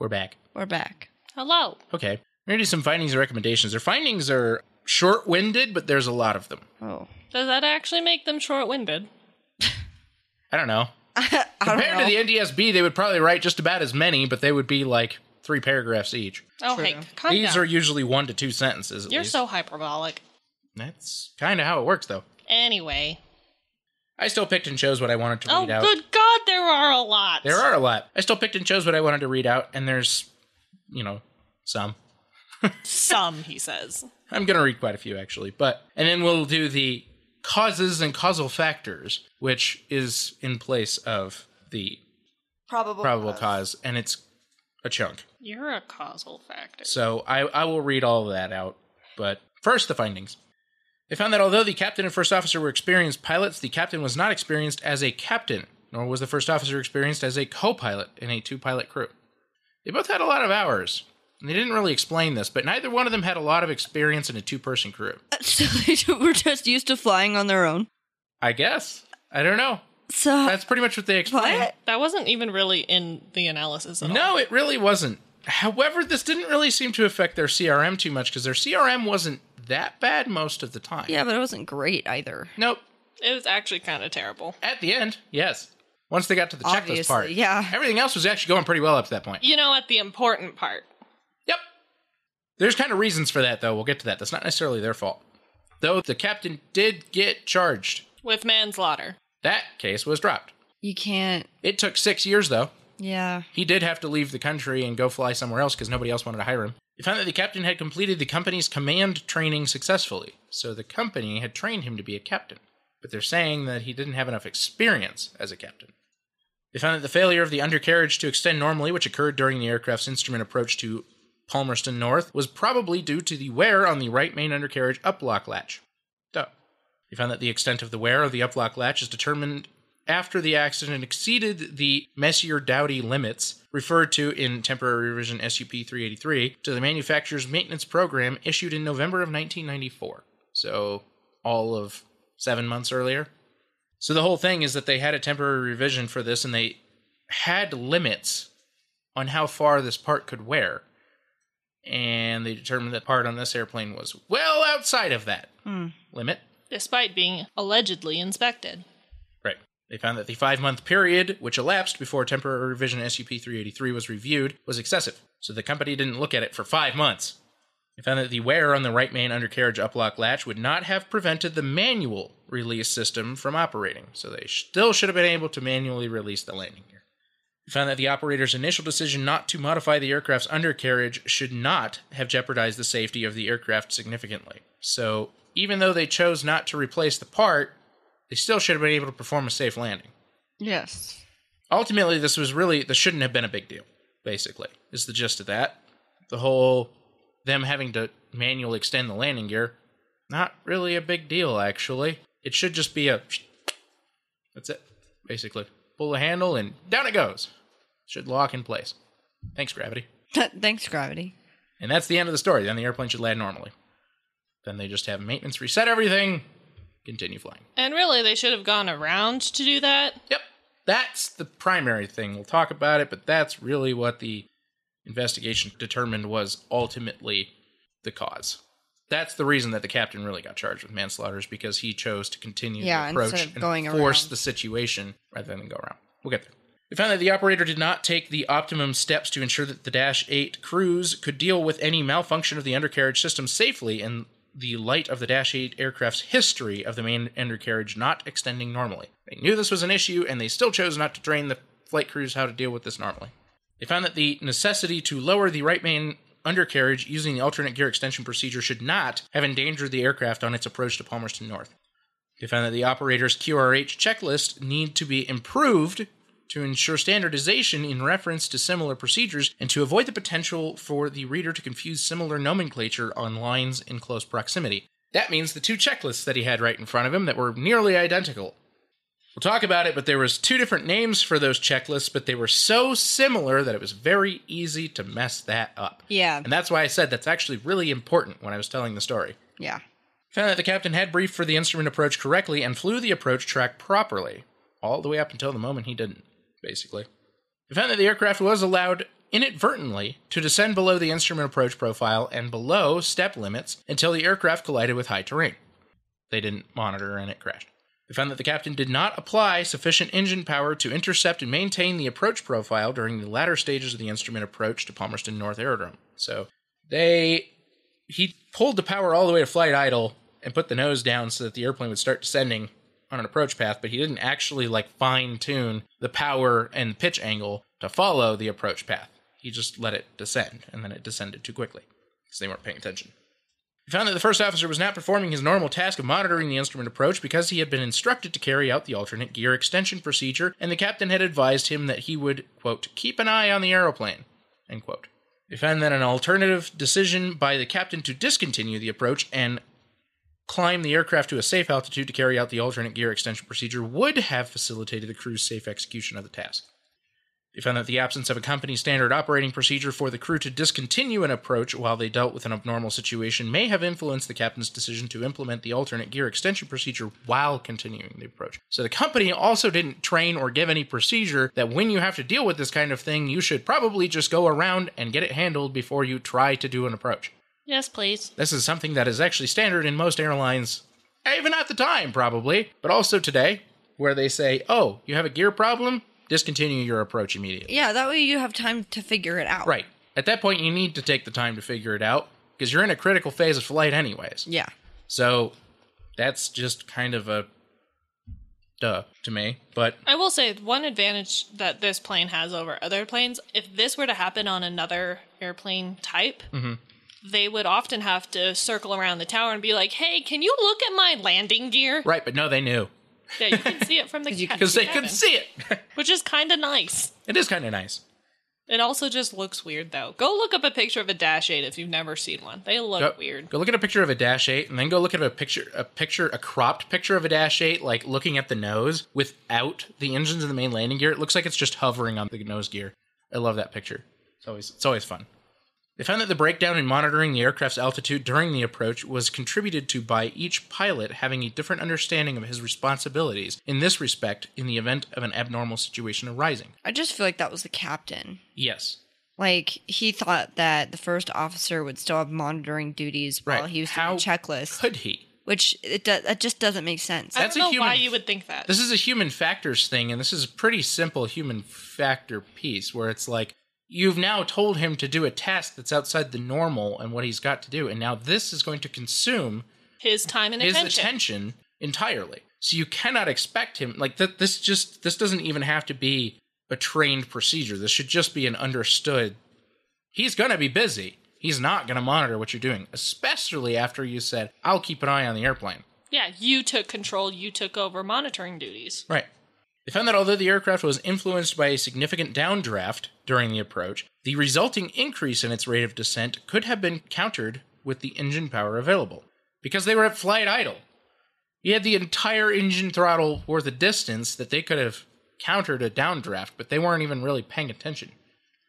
S2: We're back.
S1: We're back.
S3: Hello.
S2: Okay. We're going to do some findings and recommendations. Their findings are short winded, but there's a lot of them.
S1: Oh,
S3: Does that actually make them short winded?
S2: I don't know.
S1: I don't
S2: Compared
S1: know.
S2: to the NDSB, they would probably write just about as many, but they would be like three paragraphs each.
S3: Oh,
S1: True.
S3: hey, calm
S2: These
S3: down.
S2: are usually one to two sentences. At
S3: You're
S2: least.
S3: so hyperbolic.
S2: That's kind of how it works, though.
S3: Anyway.
S2: I still picked and chose what I wanted to
S3: Oh,
S2: read out.
S3: good God, there are a lot.
S2: There are a lot. I still picked and chose what I wanted to read out, and there's, you know, some.
S3: some, he says.
S2: I'm going to read quite a few, actually. But, and then we'll do the causes and causal factors, which is in place of the
S1: probable
S2: probable cause, and it's a chunk.
S3: You're a causal factor.
S2: So I, I will read all of that out. But first, the findings. They found that although the captain and first officer were experienced pilots, the captain was not experienced as a captain, nor was the first officer experienced as a co pilot in a two pilot crew. They both had a lot of hours, and they didn't really explain this, but neither one of them had a lot of experience in a two person crew.
S1: So they were just used to flying on their own.
S2: I guess. I don't know.
S1: So
S2: That's pretty much what they explained.
S1: what?
S3: That wasn't even really in the analysis at all.
S2: No, it really wasn't. However, this didn't really seem to affect their CRM too much because their CRM wasn't that bad most of the time.
S1: Yeah, but it wasn't great either.
S2: Nope.
S3: It was actually kind of terrible.
S2: At the end, yes. Once they got to the
S1: Obviously,
S2: checklist part,
S1: yeah.
S2: Everything else was actually going pretty well up to that point.
S3: You know, at the important part.
S2: Yep. There's kind of reasons for that, though. We'll get to that. That's not necessarily their fault. Though the captain did get charged.
S3: With manslaughter.
S2: That case was dropped.
S1: You can't.
S2: It took six years, though.
S1: Yeah.
S2: He did have to leave the country and go fly somewhere else because nobody else wanted to hire him. They found that the captain had completed the company's command training successfully, so the company had trained him to be a captain. But they're saying that he didn't have enough experience as a captain. They found that the failure of the undercarriage to extend normally, which occurred during the aircraft's instrument approach to Palmerston North, was probably due to the wear on the right main undercarriage uplock latch. Duh. They found that the extent of the wear of the uplock latch is determined after the accident exceeded the Messier Dowdy limits referred to in temporary revision SUP 383 to the manufacturer's maintenance program issued in November of 1994. So, all of seven months earlier. So, the whole thing is that they had a temporary revision for this and they had limits on how far this part could wear. And they determined that part on this airplane was well outside of that limit.
S3: Despite being allegedly inspected.
S2: Right. They found that the five month period which elapsed before temporary revision SUP 383 was reviewed was excessive, so the company didn't look at it for five months. They They found that the wear on the right main undercarriage uplock latch would not have prevented the manual release system from operating, so they still should have been able to manually release the landing gear. They found that the operator's initial decision not to modify the aircraft's undercarriage should not have jeopardized the safety of the aircraft significantly. So, even though they chose not to replace the part, they still should have been able to perform a safe landing
S1: Yes.
S2: ultimately this was really this shouldn't have been a big deal basically is the gist of that the whole them having to manually extend the landing gear not really a big deal actually it should just be a that's it basically pull the handle and down it goes should lock in place thanks gravity
S1: Thanks, gravity.
S2: and that's the end of the story then the airplane should land normally then they just have maintenance reset everything continue flying
S3: And really, they should have gone around to do that.
S2: Yep. That's the primary thing. We'll talk about it, but that's really what the investigation determined was ultimately the cause. That's the reason that the captain really got charged with manslaughter is because he chose to continue
S1: Yeah,
S2: the approach
S1: instead of
S2: and
S1: going
S2: force
S1: around.
S2: the situation rather than go around. We'll get there. They found that the operator did not take the optimum steps to ensure that the Dash 8 crews could deal with any malfunction of the undercarriage system safely in the light of the Dash 8 aircraft's history of the main undercarriage not extending normally. They knew this was an issue and they still chose not to train the flight crews how to deal with this normally. They found that the necessity to lower the right main undercarriage using the alternate gear extension procedure should not have endangered the aircraft on its approach to Palmerston North. They found that the operator's QRH checklist need to be improved to ensure standardization in reference to similar procedures and to avoid the potential for the reader to confuse similar nomenclature on lines in close proximity. That means the two checklists that he had right in front of him that were nearly identical. We'll talk about it, but there was two different names for those checklists, but they were so similar that it was very easy to mess that up.
S1: Yeah.
S2: And that's why I said that's actually really important when I was telling the story
S1: Yeah.
S2: found that the captain had briefed for the instrument approach correctly and flew the approach track properly, all the way up until the moment he didn't, basically. They found that the aircraft was allowed inadvertently to descend below the instrument approach profile and below step limits until the aircraft collided with high terrain. They didn't monitor and it crashed. They found that the captain did not apply sufficient engine power to intercept and maintain the approach profile during the latter stages of the instrument approach to Palmerston North Aerodrome. So they he pulled the power all the way to flight idle and put the nose down so that the airplane would start descending on an approach path, but he didn't actually like fine tune the power and pitch angle to follow the approach path. He just let it descend, and then it descended too quickly because they weren't paying attention. He found that the first officer was not performing his normal task of monitoring the instrument approach because he had been instructed to carry out the alternate gear extension procedure, and the captain had advised him that he would, quote, keep an eye on the aeroplane, end quote. They found that an alternative decision by the captain to discontinue the approach and climb the aircraft to a safe altitude to carry out the alternate gear extension procedure would have facilitated the crew's safe execution of the task. They found that the absence of a company standard operating procedure for the crew to discontinue an approach while they dealt with an abnormal situation may have influenced the captain's decision to implement the alternate gear extension procedure while continuing the approach. So the company also didn't train or give any procedure that when you have to deal with this kind of thing, you should probably just go around and get it handled before you try to do an approach.
S3: Yes, please.
S2: This is something that is actually standard in most airlines, even at the time, probably, but also today, where they say, oh, you have a gear problem? Discontinue your approach immediately.
S1: Yeah, that way you have time to figure it out.
S2: Right. At that point, you need to take the time to figure it out because you're in a critical phase of flight, anyways.
S1: Yeah.
S2: So that's just kind of a duh to me. But
S3: I will say one advantage that this plane has over other planes, if this were to happen on another airplane type,
S2: Mm-hmm.
S3: they would often have to circle around the tower and be like, "Hey, can you look at my landing gear?"
S2: right, but no, they knew
S3: Yeah, you can see it from the
S1: you can-
S2: because they
S3: cabin,
S2: could see it.
S3: which is kind of nice.
S2: it is kind of nice.
S3: It also just looks weird though. Go look up a picture of a dash eight if you've never seen one. They look
S2: Go,
S3: weird.
S2: go look at a picture of a dash eight, and then go look at a picture, a picture, a cropped picture of a dash eight, like looking at the nose without the engines and the main landing gear. It looks like it's just hovering on the nose gear. I love that picture. It's always it's always fun. They found that the breakdown in monitoring the aircraft's altitude during the approach was contributed to by each pilot having a different understanding of his responsibilities in this respect in the event of an abnormal situation arising.
S1: I just feel like that was the captain.
S2: Yes.
S1: Like he thought that the first officer would still have monitoring duties
S2: Right.
S1: while he was
S2: How
S1: doing checklists,
S2: Could he?
S1: which it do- that just doesn't make sense.
S3: I
S2: That's a
S3: don't know why
S2: human-
S3: you would think that.
S2: This is a human factors thing, and this is a pretty simple human factor piece where it's like You've now told him to do a task that's outside the normal and what he's got to do, and now this is going to consume
S3: His time and
S2: his
S3: attention.
S2: attention entirely. So you cannot expect him like that. This just this doesn't even have to be a trained procedure. This should just be an understood. He's gonna be busy. He's not gonna monitor what you're doing, especially after you said, "I'll keep an eye on the airplane."
S3: Yeah, you took control, you took over monitoring duties.
S2: Right. They found that although the aircraft was influenced by a significant downdraft during the approach, the resulting increase in its rate of descent could have been countered with the engine power available because they were at flight idle. You had the entire engine throttle worth of distance that they could have countered a downdraft, but they weren't even really paying attention.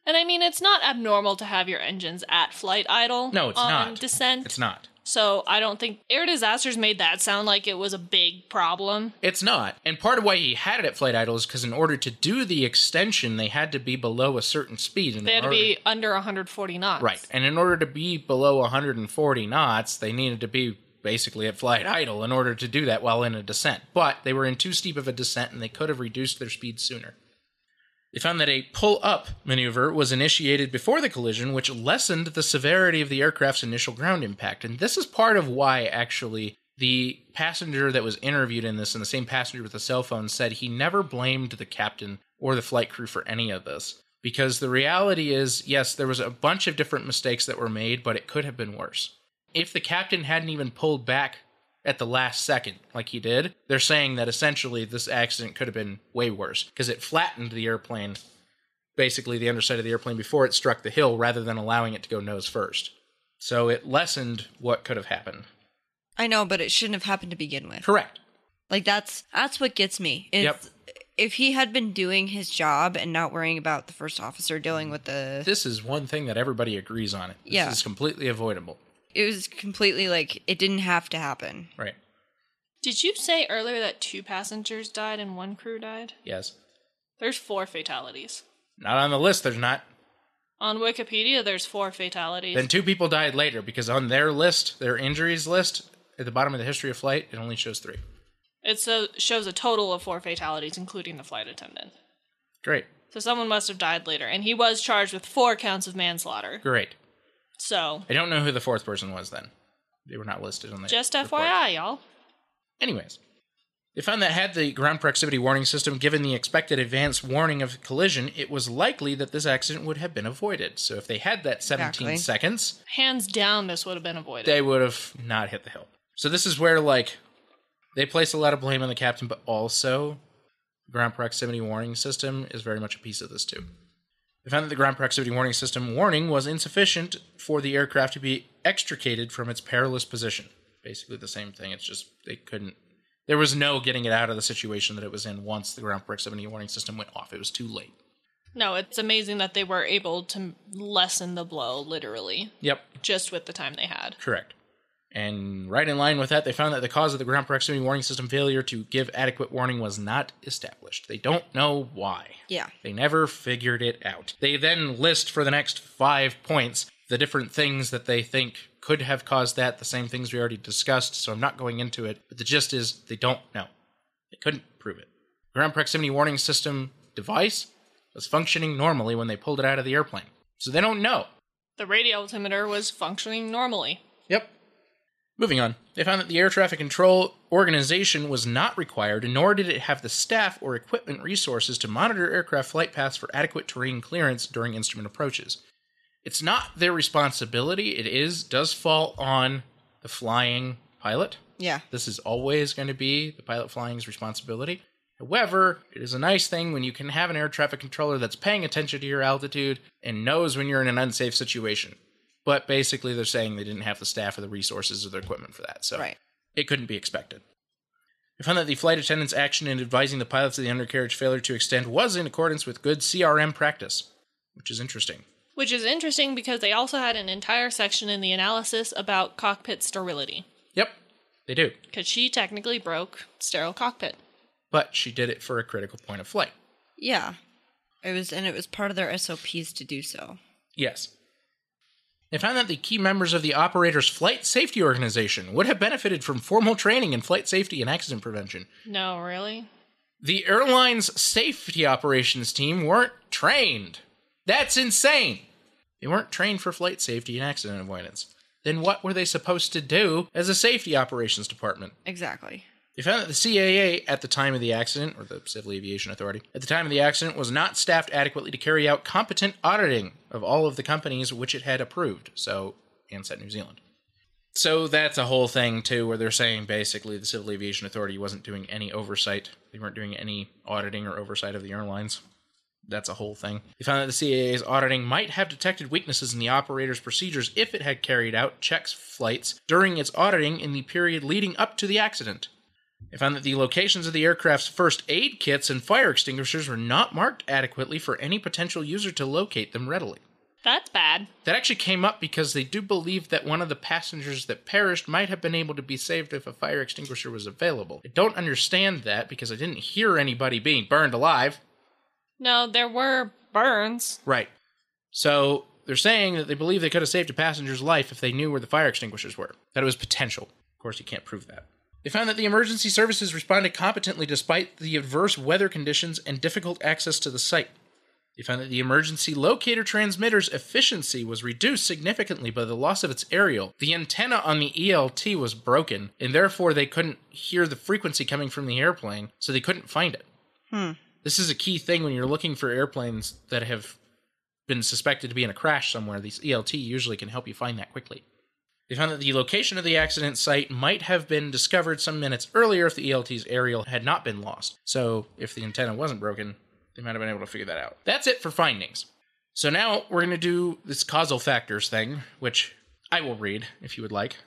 S3: And I mean, it's not abnormal to have your engines at flight idle.
S2: No, it's
S3: on
S2: not.
S3: descent.
S2: It's not.
S3: So I don't think air disasters made that sound like it was a big problem.
S2: It's not. And part of why he had it at flight idle is because in order to do the extension, they had to be below a certain speed. And
S3: They had to
S2: already-
S3: be under 140 knots.
S2: Right. And in order to be below 140 knots, they needed to be basically at flight idle in order to do that while in a descent. But they were in too steep of a descent and they could have reduced their speed sooner. They found that a pull up maneuver was initiated before the collision, which lessened the severity of the aircraft's initial ground impact. And this is part of why, actually, the passenger that was interviewed in this and the same passenger with the cell phone said he never blamed the captain or the flight crew for any of this. Because the reality is, yes, there was a bunch of different mistakes that were made, but it could have been worse. If the captain hadn't even pulled back at the last second like he did they're saying that essentially this accident could have been way worse because it flattened the airplane basically the underside of the airplane before it struck the hill rather than allowing it to go nose first so it lessened what could have happened
S1: I know, but it shouldn't have happened to begin with.
S2: correct
S1: Like that's that's what gets me. Is
S2: Yep.
S1: if he had been doing his job and not worrying about the first officer dealing with the
S2: this is one thing that everybody agrees on it this
S1: Yeah.
S2: is completely avoidable
S1: it was completely like it didn't have to happen.
S2: right
S3: Did you say earlier that two passengers died and one crew died?
S2: yes
S3: There's four fatalities.
S2: not on the list there's not
S3: On Wikipedia, there's four fatalities.
S2: then two people died later because on their list their injuries list at the bottom of the history of flight it only shows three
S3: It so- shows a total of four fatalities, including the flight attendant.
S2: great
S3: So someone must have died later, and he was charged with four counts of manslaughter.
S2: great
S3: So,
S2: I don't know who the fourth person was then. They were not listed on the
S3: just
S2: report.
S3: FYI, y'all.
S2: Anyways, they found that had the ground proximity warning system given the expected advance warning of collision, it was likely that this accident would have been avoided. So if they had that 17
S1: Exactly.
S2: seconds,
S3: Hands down, this would have been avoided.
S2: they would have not hit the hill. So this is where like they place a lot of blame on the captain, but also ground proximity warning system is very much a piece of this too. They found that the ground proximity warning system warning was insufficient for the aircraft to be extricated from its perilous position. Basically the same thing. It's just they couldn't there was no getting it out of the situation that it was in once the ground proximity warning system went off. It was too late.
S3: no, it's amazing that they were able to lessen the blow, literally,
S2: Yep.
S3: just with the time they had.
S2: Correct. And right in line with that, they found that the cause of the ground proximity warning system failure to give adequate warning was not established. They don't know why.
S1: Yeah.
S2: They never figured it out. They then list for the next five points the different things that they think could have caused that, the same things we already discussed, so I'm not going into it, but the gist is they don't know. They couldn't prove it. Ground proximity warning system device was functioning normally when they pulled it out of the airplane. So they don't know.
S3: The radio altimeter was functioning normally.
S2: Yep. Moving on, they found that the air traffic control organization was not required, and nor did it have the staff or equipment resources to monitor aircraft flight paths for adequate terrain clearance during instrument approaches. It's not their responsibility. It is does fall on the flying pilot.
S1: Yeah.
S2: This is always going to be the pilot flying's responsibility. However, it is a nice thing when you can have an air traffic controller that's paying attention to your altitude and knows when you're in an unsafe situation. But basically, they're saying they didn't have the staff or the resources or the equipment for that. So
S1: Right.
S2: it couldn't be expected. They found that the flight attendant's action in advising the pilots of the undercarriage failure to extend was in accordance with good CRM practice, which is interesting.
S3: Which is interesting because they also had an entire section in the analysis about cockpit sterility.
S2: Yep, they do.
S3: Because she technically broke sterile cockpit.
S2: But she did it for a critical point of flight.
S1: Yeah. It was and it was part of their SOPs to do so.
S2: Yes. They found that the key members of the operator's flight safety organization would have benefited from formal training in flight safety and accident prevention.
S3: No, really?
S2: The airline's safety operations team weren't trained That's insane. They weren't trained for flight safety and accident avoidance. Then what were they supposed to do as a safety operations department?
S1: Exactly.
S2: They found that the CAA at the time of the accident, or the Civil Aviation Authority, at the time of the accident was not staffed adequately to carry out competent auditing of all of the companies which it had approved. So, Ansett New Zealand. So that's a whole thing too, where they're saying basically the Civil Aviation Authority wasn't doing any oversight. They weren't doing any auditing or oversight of the airlines. That's a whole thing. They found that the CAA's auditing might have detected weaknesses in the operator's procedures if it had carried out checks flights during its auditing in the period leading up to the accident. They found that the locations of the aircraft's first aid kits and fire extinguishers were not marked adequately for any potential user to locate them readily.
S3: That's bad.
S2: That actually came up because they do believe that one of the passengers that perished might have been able to be saved if a fire extinguisher was available. I don't understand that because I didn't hear anybody being burned alive.
S3: No, there were burns.
S2: Right. So they're saying that they believe they could have saved a passenger's life if they knew where the fire extinguishers were. That it was potential. Of course, you can't prove that. They found that the emergency services responded competently despite the adverse weather conditions and difficult access to the site. They found that the emergency locator transmitter's efficiency was reduced significantly by the loss of its aerial. The antenna on the ELT was broken, and therefore they couldn't hear the frequency coming from the airplane, so they couldn't find it. This is a key thing when you're looking for airplanes that have been suspected to be in a crash somewhere. These ELT usually can help you find that quickly. They found that the location of the accident site might have been discovered some minutes earlier if the ELT's aerial had not been lost. So, if the antenna wasn't broken, they might have been able to figure that out. That's it for findings. So, now we're going to do this causal factors thing, which I will read if you would like.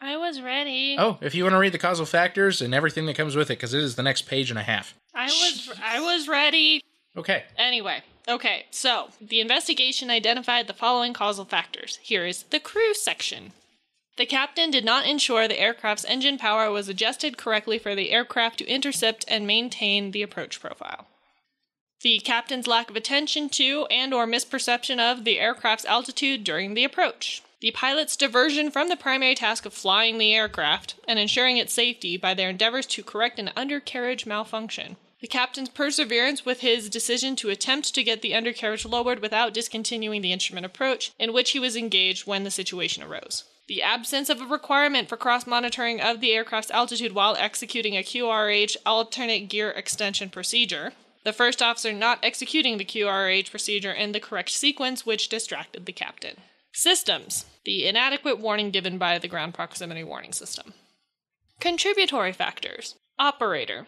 S3: I was ready.
S2: Oh, if you want to read the causal factors and everything that comes with it, because it is the next page and a half.
S3: I was I was ready.
S2: Okay.
S3: Anyway, okay, so the investigation identified the following causal factors. Here is the crew section. The captain did not ensure the aircraft's engine power was adjusted correctly for the aircraft to intercept and maintain the approach profile. The captain's lack of attention to and or misperception of the aircraft's altitude during the approach. The pilot's diversion from the primary task of flying the aircraft and ensuring its safety by their endeavors to correct an undercarriage malfunction. The captain's perseverance with his decision to attempt to get the undercarriage lowered without discontinuing the instrument approach in which he was engaged when the situation arose. The absence of a requirement for cross monitoring of the aircraft's altitude while executing a QRH alternate gear extension procedure. The first officer not executing the QRH procedure in the correct sequence, which distracted the captain. Systems. The inadequate warning given by the ground proximity warning system. Contributory factors. Operator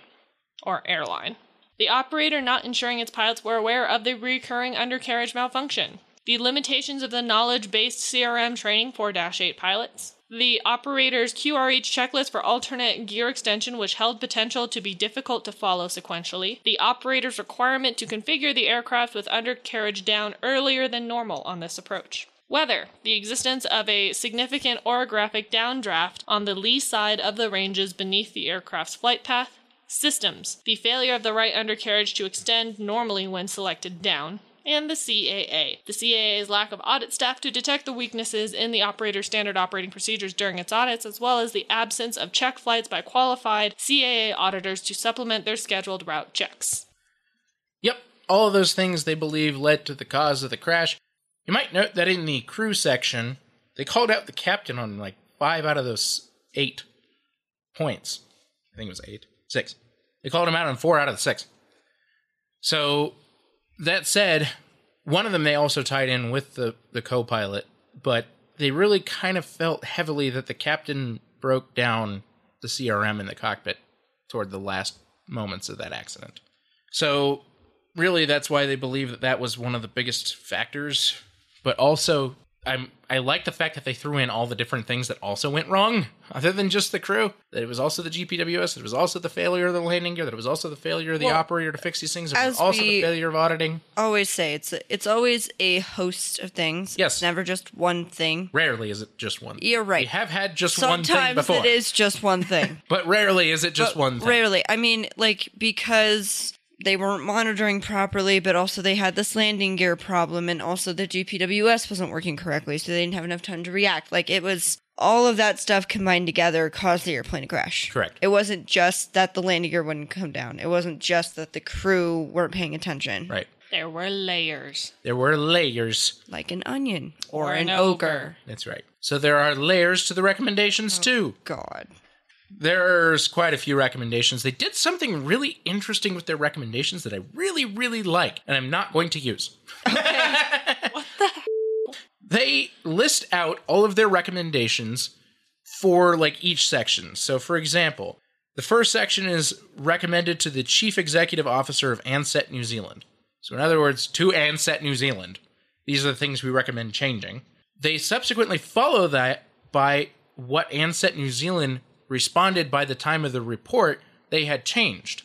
S3: or airline. The operator not ensuring its pilots were aware of the recurring undercarriage malfunction. The limitations of the knowledge based CRM training for Dash 8 pilots. The operator's QRH checklist for alternate gear extension, which held potential to be difficult to follow sequentially. The operator's requirement to configure the aircraft with undercarriage down earlier than normal on this approach. Weather, the existence of a significant orographic downdraft on the lee side of the ranges beneath the aircraft's flight path, Systems, the failure of the right undercarriage to extend normally when selected down. And the CAA, the CAA's lack of audit staff to detect the weaknesses in the operator's standard operating procedures during its audits, as well as the absence of check flights by qualified CAA auditors to supplement their scheduled route checks.
S2: Yep, all of those things they believe led to the cause of the crash. You might note that in the crew section, they called out the captain on like five out of those eight points. I think it was eight, six. They called him out on four out of the six. So that said, one of them they also tied in with the, the co pilot, but they really kind of felt heavily that the captain broke down the CRM in the cockpit toward the last moments of that accident. So, really, that's why they believe that that was one of the biggest factors. But also, I'm I like the fact that they threw in all the different things that also went wrong, other than just the crew. That it was also the GPWS, that it was also the failure of the landing gear, that it was also the failure of the
S1: Well,
S2: operator to fix these things, it was
S1: as
S2: also the
S1: we-
S2: failure of auditing.
S1: Always say it's it's always a host of things.
S2: Yes.
S1: It's never just one thing.
S2: Rarely is it just one. thing.
S1: You're right.
S2: We have had just one thing
S1: Sometimes
S2: before,
S1: it is just one thing.
S2: but rarely is it just
S1: But
S2: one thing.
S1: Rarely. I mean, like, because they weren't monitoring properly, but also they had this landing gear problem, and also the GPWS wasn't working correctly, so they didn't have enough time to react. Like, it was all of that stuff combined together caused the airplane to crash.
S2: Correct.
S1: It wasn't just that the landing gear wouldn't come down, it wasn't just that the crew weren't paying attention.
S2: Right.
S3: There were layers.
S2: There were layers.
S1: Like an onion or,
S3: Or
S1: an,
S3: an
S1: ogre.
S2: That's right. So there are layers to the
S1: Mm.
S2: recommendations, too.
S1: God.
S2: There's quite a few recommendations. They did something really interesting with their recommendations that I really, really like, and I'm not going to use. what the? They list out all of their recommendations for like each section. So, for example, the first section is recommended to the chief executive officer of Ansett New Zealand. So, in other words, to Ansett New Zealand. These are the things we recommend changing. They subsequently follow that by what Ansett New Zealand responded by the time of the report they had changed.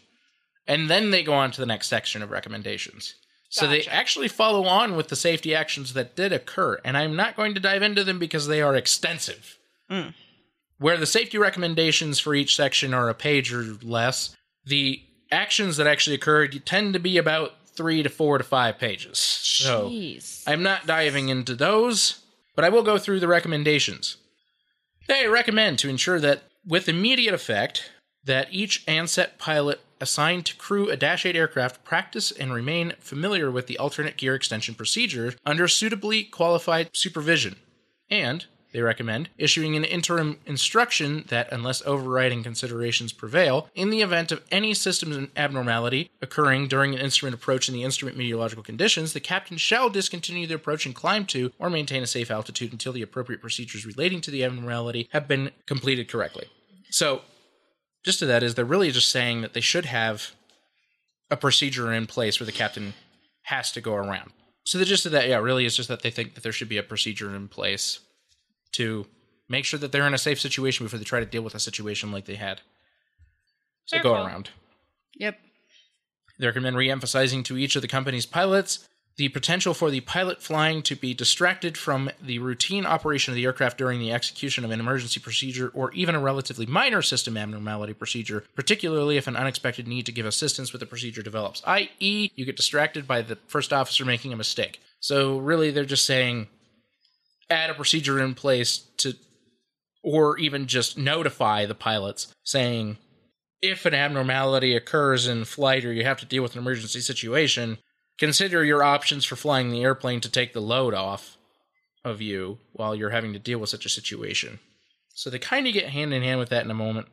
S2: And then they go on to the next section of recommendations. So they actually follow on with the safety actions that did occur, and I'm not going to dive into them because they are extensive. Where the safety recommendations for each section are a page or less, the actions that actually occurred tend to be about three to four to five pages. So
S3: Jeez.
S2: I'm not diving into those, but I will go through the recommendations. They recommend to ensure that, with immediate effect, that each ANSET pilot assigned to crew a Dash 8 aircraft practice and remain familiar with the alternate gear extension procedure under suitably qualified supervision. And they recommend issuing an interim instruction that, unless overriding considerations prevail, in the event of any systems abnormality occurring during an instrument approach in the instrument meteorological conditions, the captain shall discontinue the approach and climb to or maintain a safe altitude until the appropriate procedures relating to the abnormality have been completed correctly. So, just to that is they're really just saying that they should have a procedure in place where the captain has to go around. So the gist of that, yeah, really is just that they think that there should be a procedure in place to make sure that they're in a safe situation before they try to deal with a situation like they had. So
S3: Fair
S2: go
S3: call.
S2: around.
S1: Yep.
S2: They recommend re-emphasizing to each of the company's pilots the potential for the pilot flying to be distracted from the routine operation of the aircraft during the execution of an emergency procedure or even a relatively minor system abnormality procedure, particularly if an unexpected need to give assistance with the procedure develops, i.e., you get distracted by the first officer making a mistake. So, really, they're just saying add a procedure in place to, or even just notify the pilots saying, if an abnormality occurs in flight or you have to deal with an emergency situation, consider your options for flying the airplane to take the load off of you while you're having to deal with such a situation. So they kind of get hand in hand with that in a moment.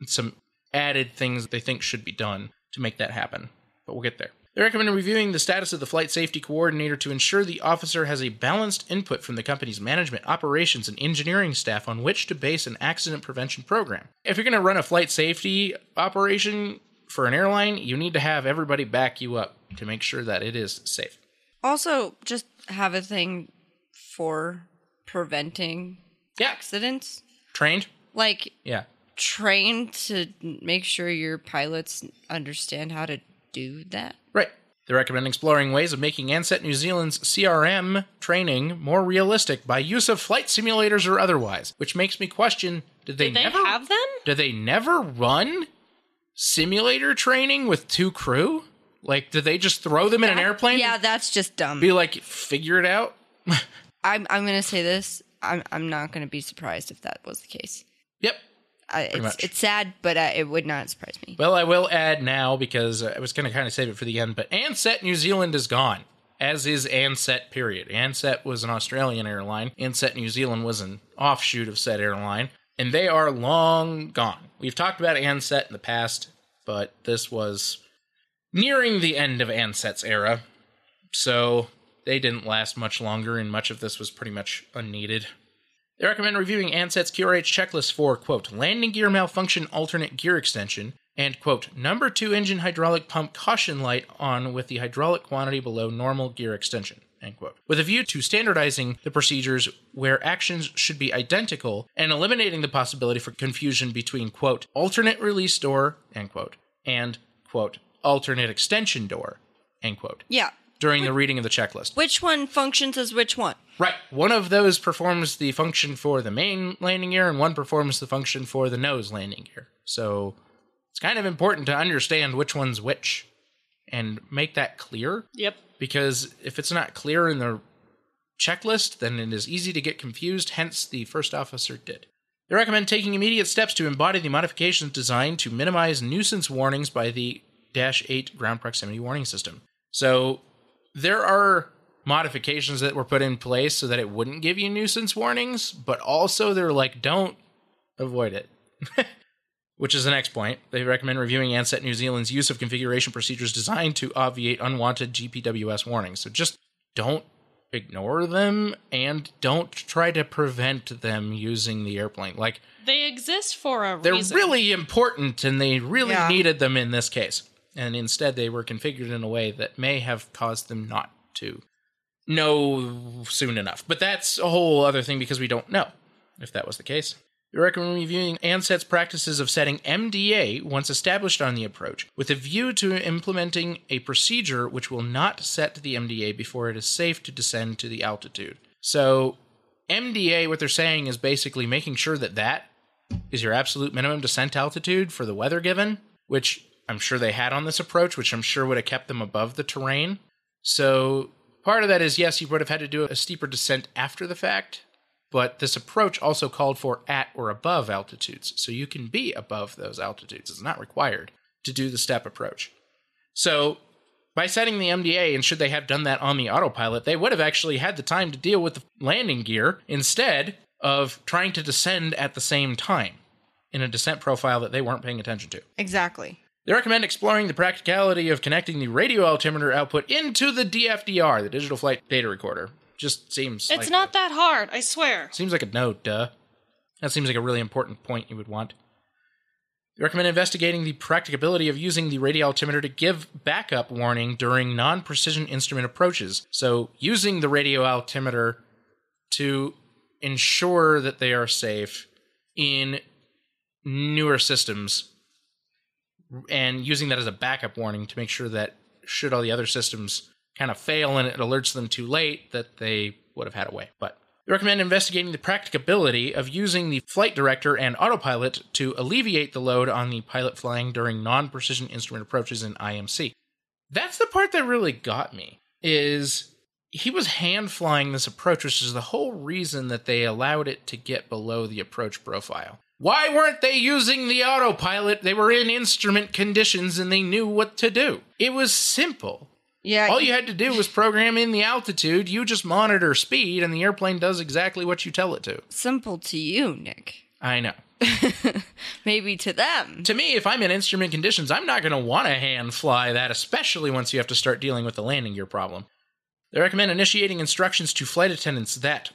S2: and Some added things they think should be done to make that happen, but we'll get there. They recommend reviewing the status of the flight safety coordinator to ensure the officer has a balanced input from the company's management, operations, and engineering staff on which to base an accident prevention program. If you're going to run a flight safety operation for an airline, you need to have everybody back you up to make sure that it is safe.
S1: Also, just have a thing for preventing
S2: Yeah.
S1: accidents.
S2: Trained?
S1: Like,
S2: Yeah.
S1: train to make sure your pilots understand how to do that.
S2: Right. They recommend exploring ways of making Ansett New Zealand's CRM training more realistic by use of flight simulators or otherwise, which makes me question did they,
S3: Did they
S2: never
S3: have them?
S2: do they never run simulator training with two crew? Like do they just throw them in an airplane?
S1: Yeah,
S2: and
S1: that's just dumb.
S2: be like figure it out?
S1: I'm I'm gonna say this. I'm I'm not gonna be surprised if that was the case.
S2: Yep.
S1: I, it's,
S2: much.
S1: it's sad, but uh, it would not surprise me.
S2: Well, I will add now because I was going to kind of save it for the end, but Ansett New Zealand is gone, as is Ansett, period. Ansett was an Australian airline, Ansett New Zealand was an offshoot of said airline, and they are long gone. We've talked about Ansett in the past, but this was nearing the end of Ansett's era, so they didn't last much longer, and much of this was pretty much unneeded. They recommend reviewing Anset's QRH checklist for, quote, landing gear malfunction alternate gear extension and, quote, number two engine hydraulic pump caution light on with the hydraulic quantity below normal gear extension, end quote. With a view to standardizing the procedures where actions should be identical and eliminating the possibility for confusion between, quote, alternate release door, end quote, and, quote, alternate extension door, end quote,
S1: yeah,
S2: during the reading of the checklist.
S1: which one functions as which one?
S2: Right. One of those performs the function for the main landing gear, and one performs the function for the nose landing gear. So it's kind of important to understand which one's which and make that clear
S3: Yep.
S2: because if it's not clear in the checklist, then it is easy to get confused, hence, the first officer did. They recommend taking immediate steps to embody the modifications designed to minimize nuisance warnings by the Dash 8 ground proximity warning system. So, there are modifications that were put in place so that it wouldn't give you nuisance warnings, but also they're like, don't avoid it. Which is the next point. They recommend reviewing Ansett New Zealand's use of configuration procedures designed to obviate unwanted GPWS warnings. So just don't ignore them and don't try to prevent them using the airplane. Like,
S3: They exist for a
S2: they're
S3: reason.
S2: really important and they really
S1: Yeah.
S2: needed them in this case. And instead, they were configured in a way that may have caused them not to know soon enough. But that's a whole other thing because we don't know if that was the case. We recommend reviewing ANSET's practices of setting MDA once established on the approach, with a view to implementing a procedure which will not set the MDA before it is safe to descend to the altitude. So, MDA, what they're saying is basically making sure that that is your absolute minimum descent altitude for the weather given, which I'm sure they had on this approach, which I'm sure would have kept them above the terrain. So part of that is yes, you would have had to do a steeper descent after the fact, but this approach also called for at or above altitudes. So you can be above those altitudes. It's not required to do the step approach. So by setting the MDA, and should they have done that on the autopilot, they would have actually had the time to deal with the landing gear instead of trying to descend at the same time in a descent profile that they weren't paying attention to.
S1: Exactly.
S2: They recommend exploring the practicality of connecting the radio altimeter output into the DFDR, the digital flight data recorder. Just seems
S3: It's
S2: like
S3: not that hard, I swear.
S2: Seems like a no, duh. That seems like a really important point you would want. We recommend investigating the practicability of using the radio altimeter to give backup warning during non precision instrument approaches. So, using the radio altimeter to ensure that they are safe in newer systems and using that as a backup warning to make sure that should all the other systems kind of fail and it alerts them too late that they would have had a way but we recommend investigating the practicability of using the flight director and autopilot to alleviate the load on the pilot flying during non-precision instrument approaches in imc that's the part that really got me is he was hand flying this approach which is the whole reason that they allowed it to get below the approach profile why weren't they using the autopilot they were in instrument conditions and they knew what to do it was simple
S1: Yeah.
S2: all you had to do was program in the altitude you just monitor speed and the airplane does exactly what you tell it to
S1: simple to you, Nick.
S2: i know
S1: Maybe to them.
S2: to me, if I'm in instrument conditions, I'm not going to want to hand fly that, especially once you have to start dealing with the landing gear problem. They recommend initiating instructions to flight attendants that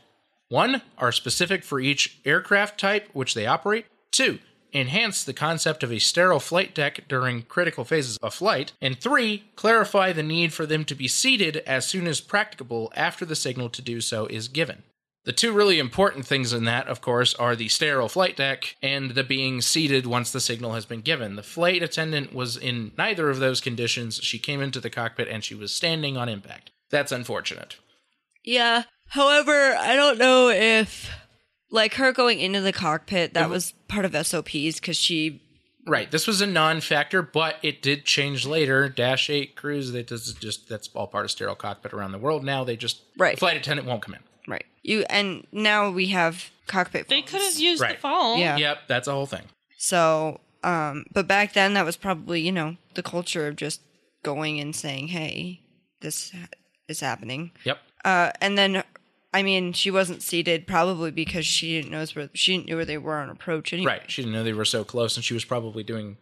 S2: 1. are specific for each aircraft type which they operate, 2. enhance the concept of a sterile flight deck during critical phases of flight, and 3. clarify the need for them to be seated as soon as practicable after the signal to do so is given. The two really important things in that, of course, are the sterile flight deck and the being seated once the signal has been given. The flight attendant was in neither of those conditions. She came into the cockpit and she was standing on impact. That's unfortunate.
S1: Yeah. However, I don't know if like her going into the cockpit that was part of SOPs because she
S2: Right, this was a non-factor, but it did change later. Dash eight crews, that is just that's all part of sterile cockpit around the world now. They just
S1: Right.
S2: the flight attendant won't come in.
S1: right you and now we have cockpit.
S3: They
S1: phones.
S3: could have used the
S2: Right.
S3: phone.
S1: Yeah.
S2: Yep, that's a whole thing.
S1: So, um, but back then that was probably you know the culture of just going and saying, "Hey, this ha- is happening."
S2: Yep.
S1: Uh, and then, I mean, she wasn't seated probably because she didn't knows where she didn't knew where they were on approach. Anyway.
S2: Right. She didn't know they were so close and she was probably doing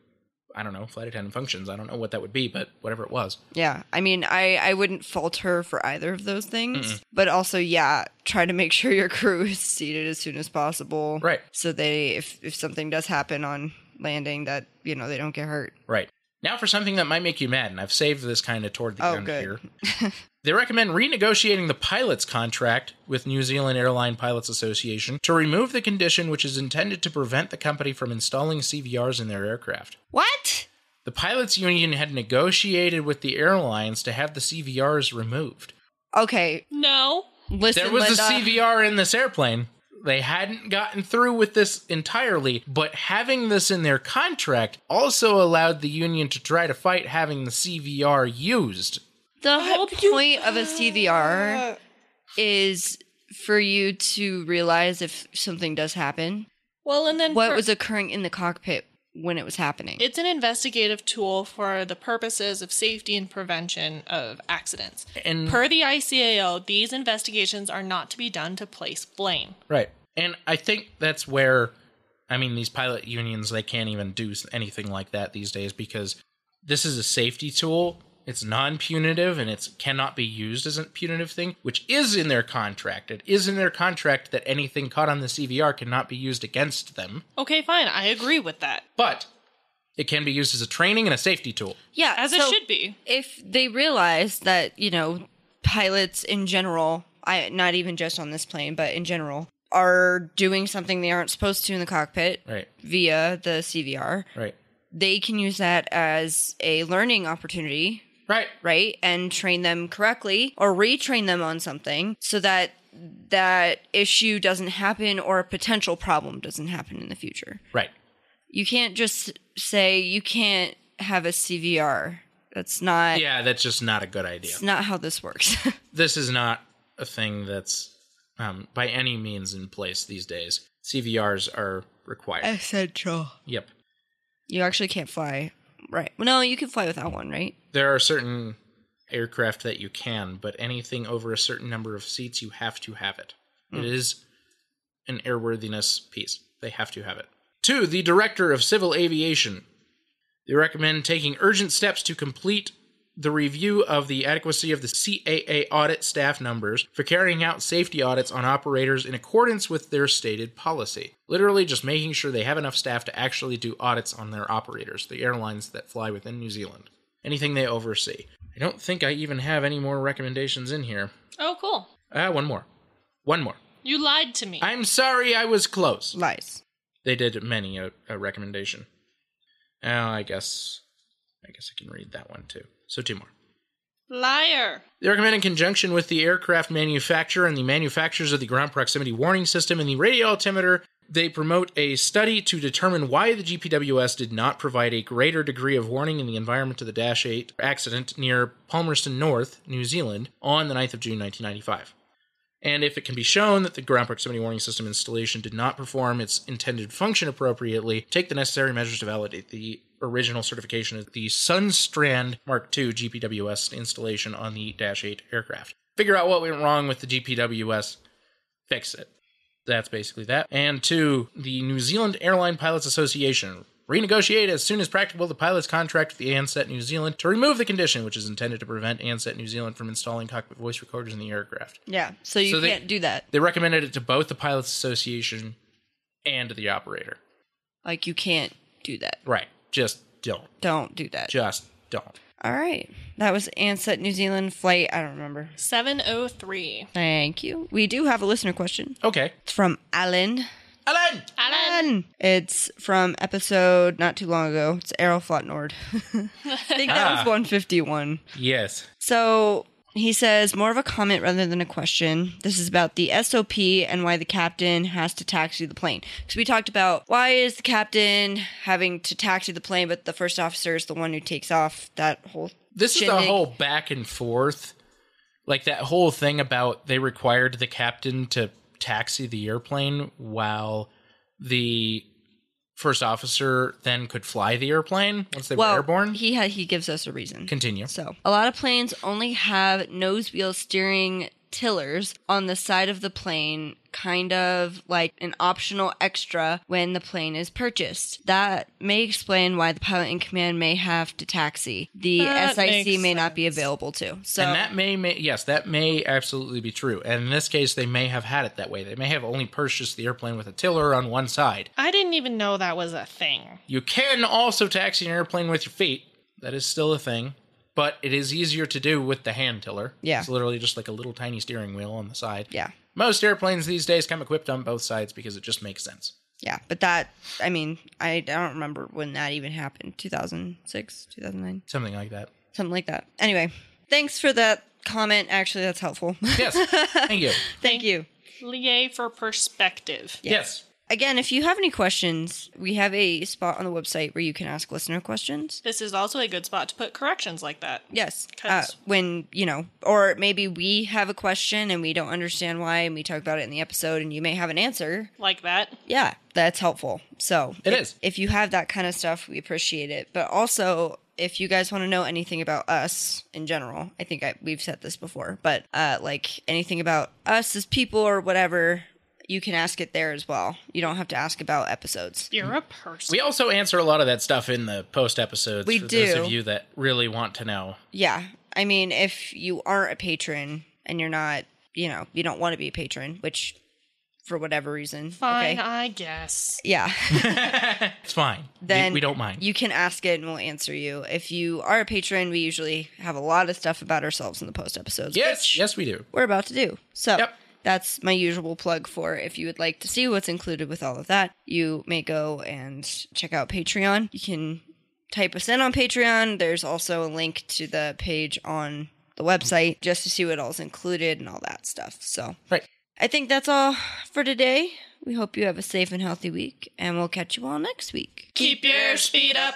S2: I don't know, flight attendant functions. I don't know what that would be, but whatever it was.
S1: Yeah. I mean, I I wouldn't fault her for either of those things, but also, yeah, try to make sure your crew is seated as soon as possible.
S2: Right.
S1: So they, if if something does happen on landing, that you know they don't get hurt.
S2: Right. Now for something that might make you mad, and I've saved this kind of toward the
S1: Oh,
S2: end
S1: good.
S2: here. they recommend renegotiating the pilot's contract with New Zealand Airline Pilots Association to remove the condition which is intended to prevent the company from installing CVRs in their aircraft.
S1: What?
S2: The pilots union had negotiated with the airlines to have the CVRs removed.
S1: Okay.
S3: No.
S1: Listen,
S2: there was
S1: Linda.
S2: a CVR in this airplane. They hadn't gotten through with this entirely, but having this in their contract also allowed the union to try to fight having the CVR used.
S1: The whole point of a CVR is for you to realize if something does happen,
S3: Well, and then
S1: what
S3: for-
S1: was occurring in the cockpit when it was happening.
S3: It's an investigative tool for the purposes of safety and prevention of accidents.
S2: And
S3: Per the ICAO, these investigations are not to be done to place blame.
S2: Right. And I think that's where, I mean, these pilot unions, they can't even do s- anything like that these days because this is a safety tool. It's non punitive and it cannot be used as a punitive thing, which is in their contract. It is in their contract that anything caught on the CVR cannot be used against them,
S3: Okay, fine, I agree with that.
S2: but it can be used as a training and a safety tool.
S1: yeah,
S3: As it
S1: so
S3: should be.
S1: If they realize that you know pilots in general, I not even just on this plane, but in general, are doing something they aren't supposed to in the cockpit
S2: Right.
S1: via the CVR,
S2: Right.
S1: they can use that as a learning opportunity
S2: Right.
S1: right and train them correctly or retrain them on something so that that issue doesn't happen or a potential problem doesn't happen in the future
S2: Right.
S1: you can't just say you can't have a cvr that's not
S2: Yeah, that's just not a good idea.
S1: it's not how this works
S2: this is not a thing that's um, by any means in place these days. CVRs are required.
S1: essential
S2: Yep.
S1: you actually can't fly right well, no you can fly without one right
S2: There are certain aircraft that you can, but anything over a certain number of seats, you have to have it. It is an airworthiness piece. They have to have it. Two, the director of civil aviation. They recommend taking urgent steps to complete the review of the adequacy of the CAA audit staff numbers for carrying out safety audits on operators in accordance with their stated policy. Literally, just making sure they have enough staff to actually do audits on their operators, the airlines that fly within New Zealand, anything they oversee. I don't think I even have any more recommendations in here.
S3: Oh, cool.
S2: Ah, one more. One more.
S3: You lied to me.
S2: I'm sorry I was close.
S1: lies
S2: They did many a, a recommendation. Oh, I guess. I guess I can read that one too. So, two more.
S3: Liar.
S2: They recommend in conjunction with the aircraft manufacturer and the manufacturers of the ground proximity warning system and the radio altimeter, they promote a study to determine why the GPWS did not provide a greater degree of warning in the environment of the Dash 8 accident near Palmerston North, New Zealand, on the 9th of June 1995. And if it can be shown that the ground proximity warning system installation did not perform its intended function appropriately, take the necessary measures to validate the original certification of the Sunstrand Mark II GPWS installation on the Dash 8 aircraft. Figure out what went wrong with the GPWS, fix it. That's basically that. And two, the New Zealand Airline Pilots Association. Renegotiate as soon as practicable the pilot's contract with the ANSET New Zealand to remove the condition which is intended to prevent ANSET New Zealand from installing cockpit voice recorders in the aircraft.
S1: yeah so you
S2: So they-
S1: can't do that
S2: They recommended it to both the Pilots Association and the operator.
S1: like you can't do that
S2: Right. Just don't.
S1: don't do that
S2: Just don't.
S1: All right. That was Ansett New Zealand flight. I don't remember.
S3: 703.
S1: Thank you. We do have a listener question.
S2: Okay.
S1: It's from Alan.
S2: Alan!
S3: Alan.
S1: Alan! It's from episode not too long ago. It's Aeroflot Nord. I think that was
S2: Ah.
S1: 151.
S2: Yes.
S1: So he says more of a comment rather than a question. This is about the SOP and why the captain has to taxi the plane. Because we talked about why is the captain having to taxi the plane, but the first officer is the one who takes off that whole.
S2: This is
S1: shindig.
S2: the whole back and forth. Like that whole thing about they required the captain to taxi the airplane while the first officer then could fly the airplane once they were airborne.
S1: He ha- he gives us a reason.
S2: Continue.
S1: So a lot of planes only have nose wheel steering tillers on the side of the plane, kind of like an optional extra when the plane is purchased. That may explain why the pilot in command may have to taxi. The
S3: That
S1: SIC may
S3: makes
S1: not be available to. So
S2: and that may, may yes, that may absolutely be true. And in this case, they may have had it that way. They may have only purchased the airplane with a tiller on one side.
S3: I didn't even know that was a thing.
S2: You can also taxi an airplane with your feet. That is still a thing, but it is easier to do with the hand tiller.
S1: Yeah.
S2: It's literally just like a little tiny steering wheel on the side.
S1: yeah,
S2: Most airplanes these days come equipped on both sides because it just makes sense.
S1: yeah. But that I mean I don't remember when that even happened. Two thousand six, two thousand nine,
S2: Something like that.
S1: something like that. Anyway, thanks for that comment. Actually, that's helpful.
S2: Yes. Thank you.
S1: Thank you.
S3: Yay for perspective.
S2: Yes.
S1: Again, if you have any questions, we have a spot on the website where you can ask listener questions.
S3: This is also a good spot to put corrections like that.
S1: Yes. Uh,
S3: 'Cause-
S1: when, you know, or maybe we have a question and we don't understand why and we talk about it in the episode and you may have an answer.
S3: Like that.
S1: Yeah, that's helpful. So
S2: It
S1: if,
S2: is.
S1: If you have that kind of stuff, we appreciate it. But also, if you guys want to know anything about us in general, I think I, we've said this before, but uh, like anything about us as people or whatever, you can ask it there as well. You don't have to ask about episodes.
S3: You're a person.
S2: We also answer a lot of that stuff in the post episodes.
S1: We
S2: for Those
S1: do.
S2: of you that really want to know.
S1: Yeah. I mean, if you aren't a patron and you're not, you know, you don't want to be a patron, which for whatever reason.
S3: Fine,
S1: Okay.
S3: I guess.
S1: Yeah.
S2: It's fine. We-
S1: then
S2: we, don't mind.
S1: You can ask it and we'll answer you. If you are a patron, we usually have a lot of stuff about ourselves in the post episodes.
S2: yes,
S1: which
S2: yes, we do.
S1: We're about to do. So
S2: Yep.
S1: that's my usual plug for if you would like to see what's included with all of that, you may go and check out Patreon. You can type us in on Patreon. There's also a link to the page on the website just to see what all's included and all that stuff. So
S2: Right.
S1: I think that's all for today. We hope you have a safe and healthy week, and we'll catch you all next week.
S3: Keep your speed up.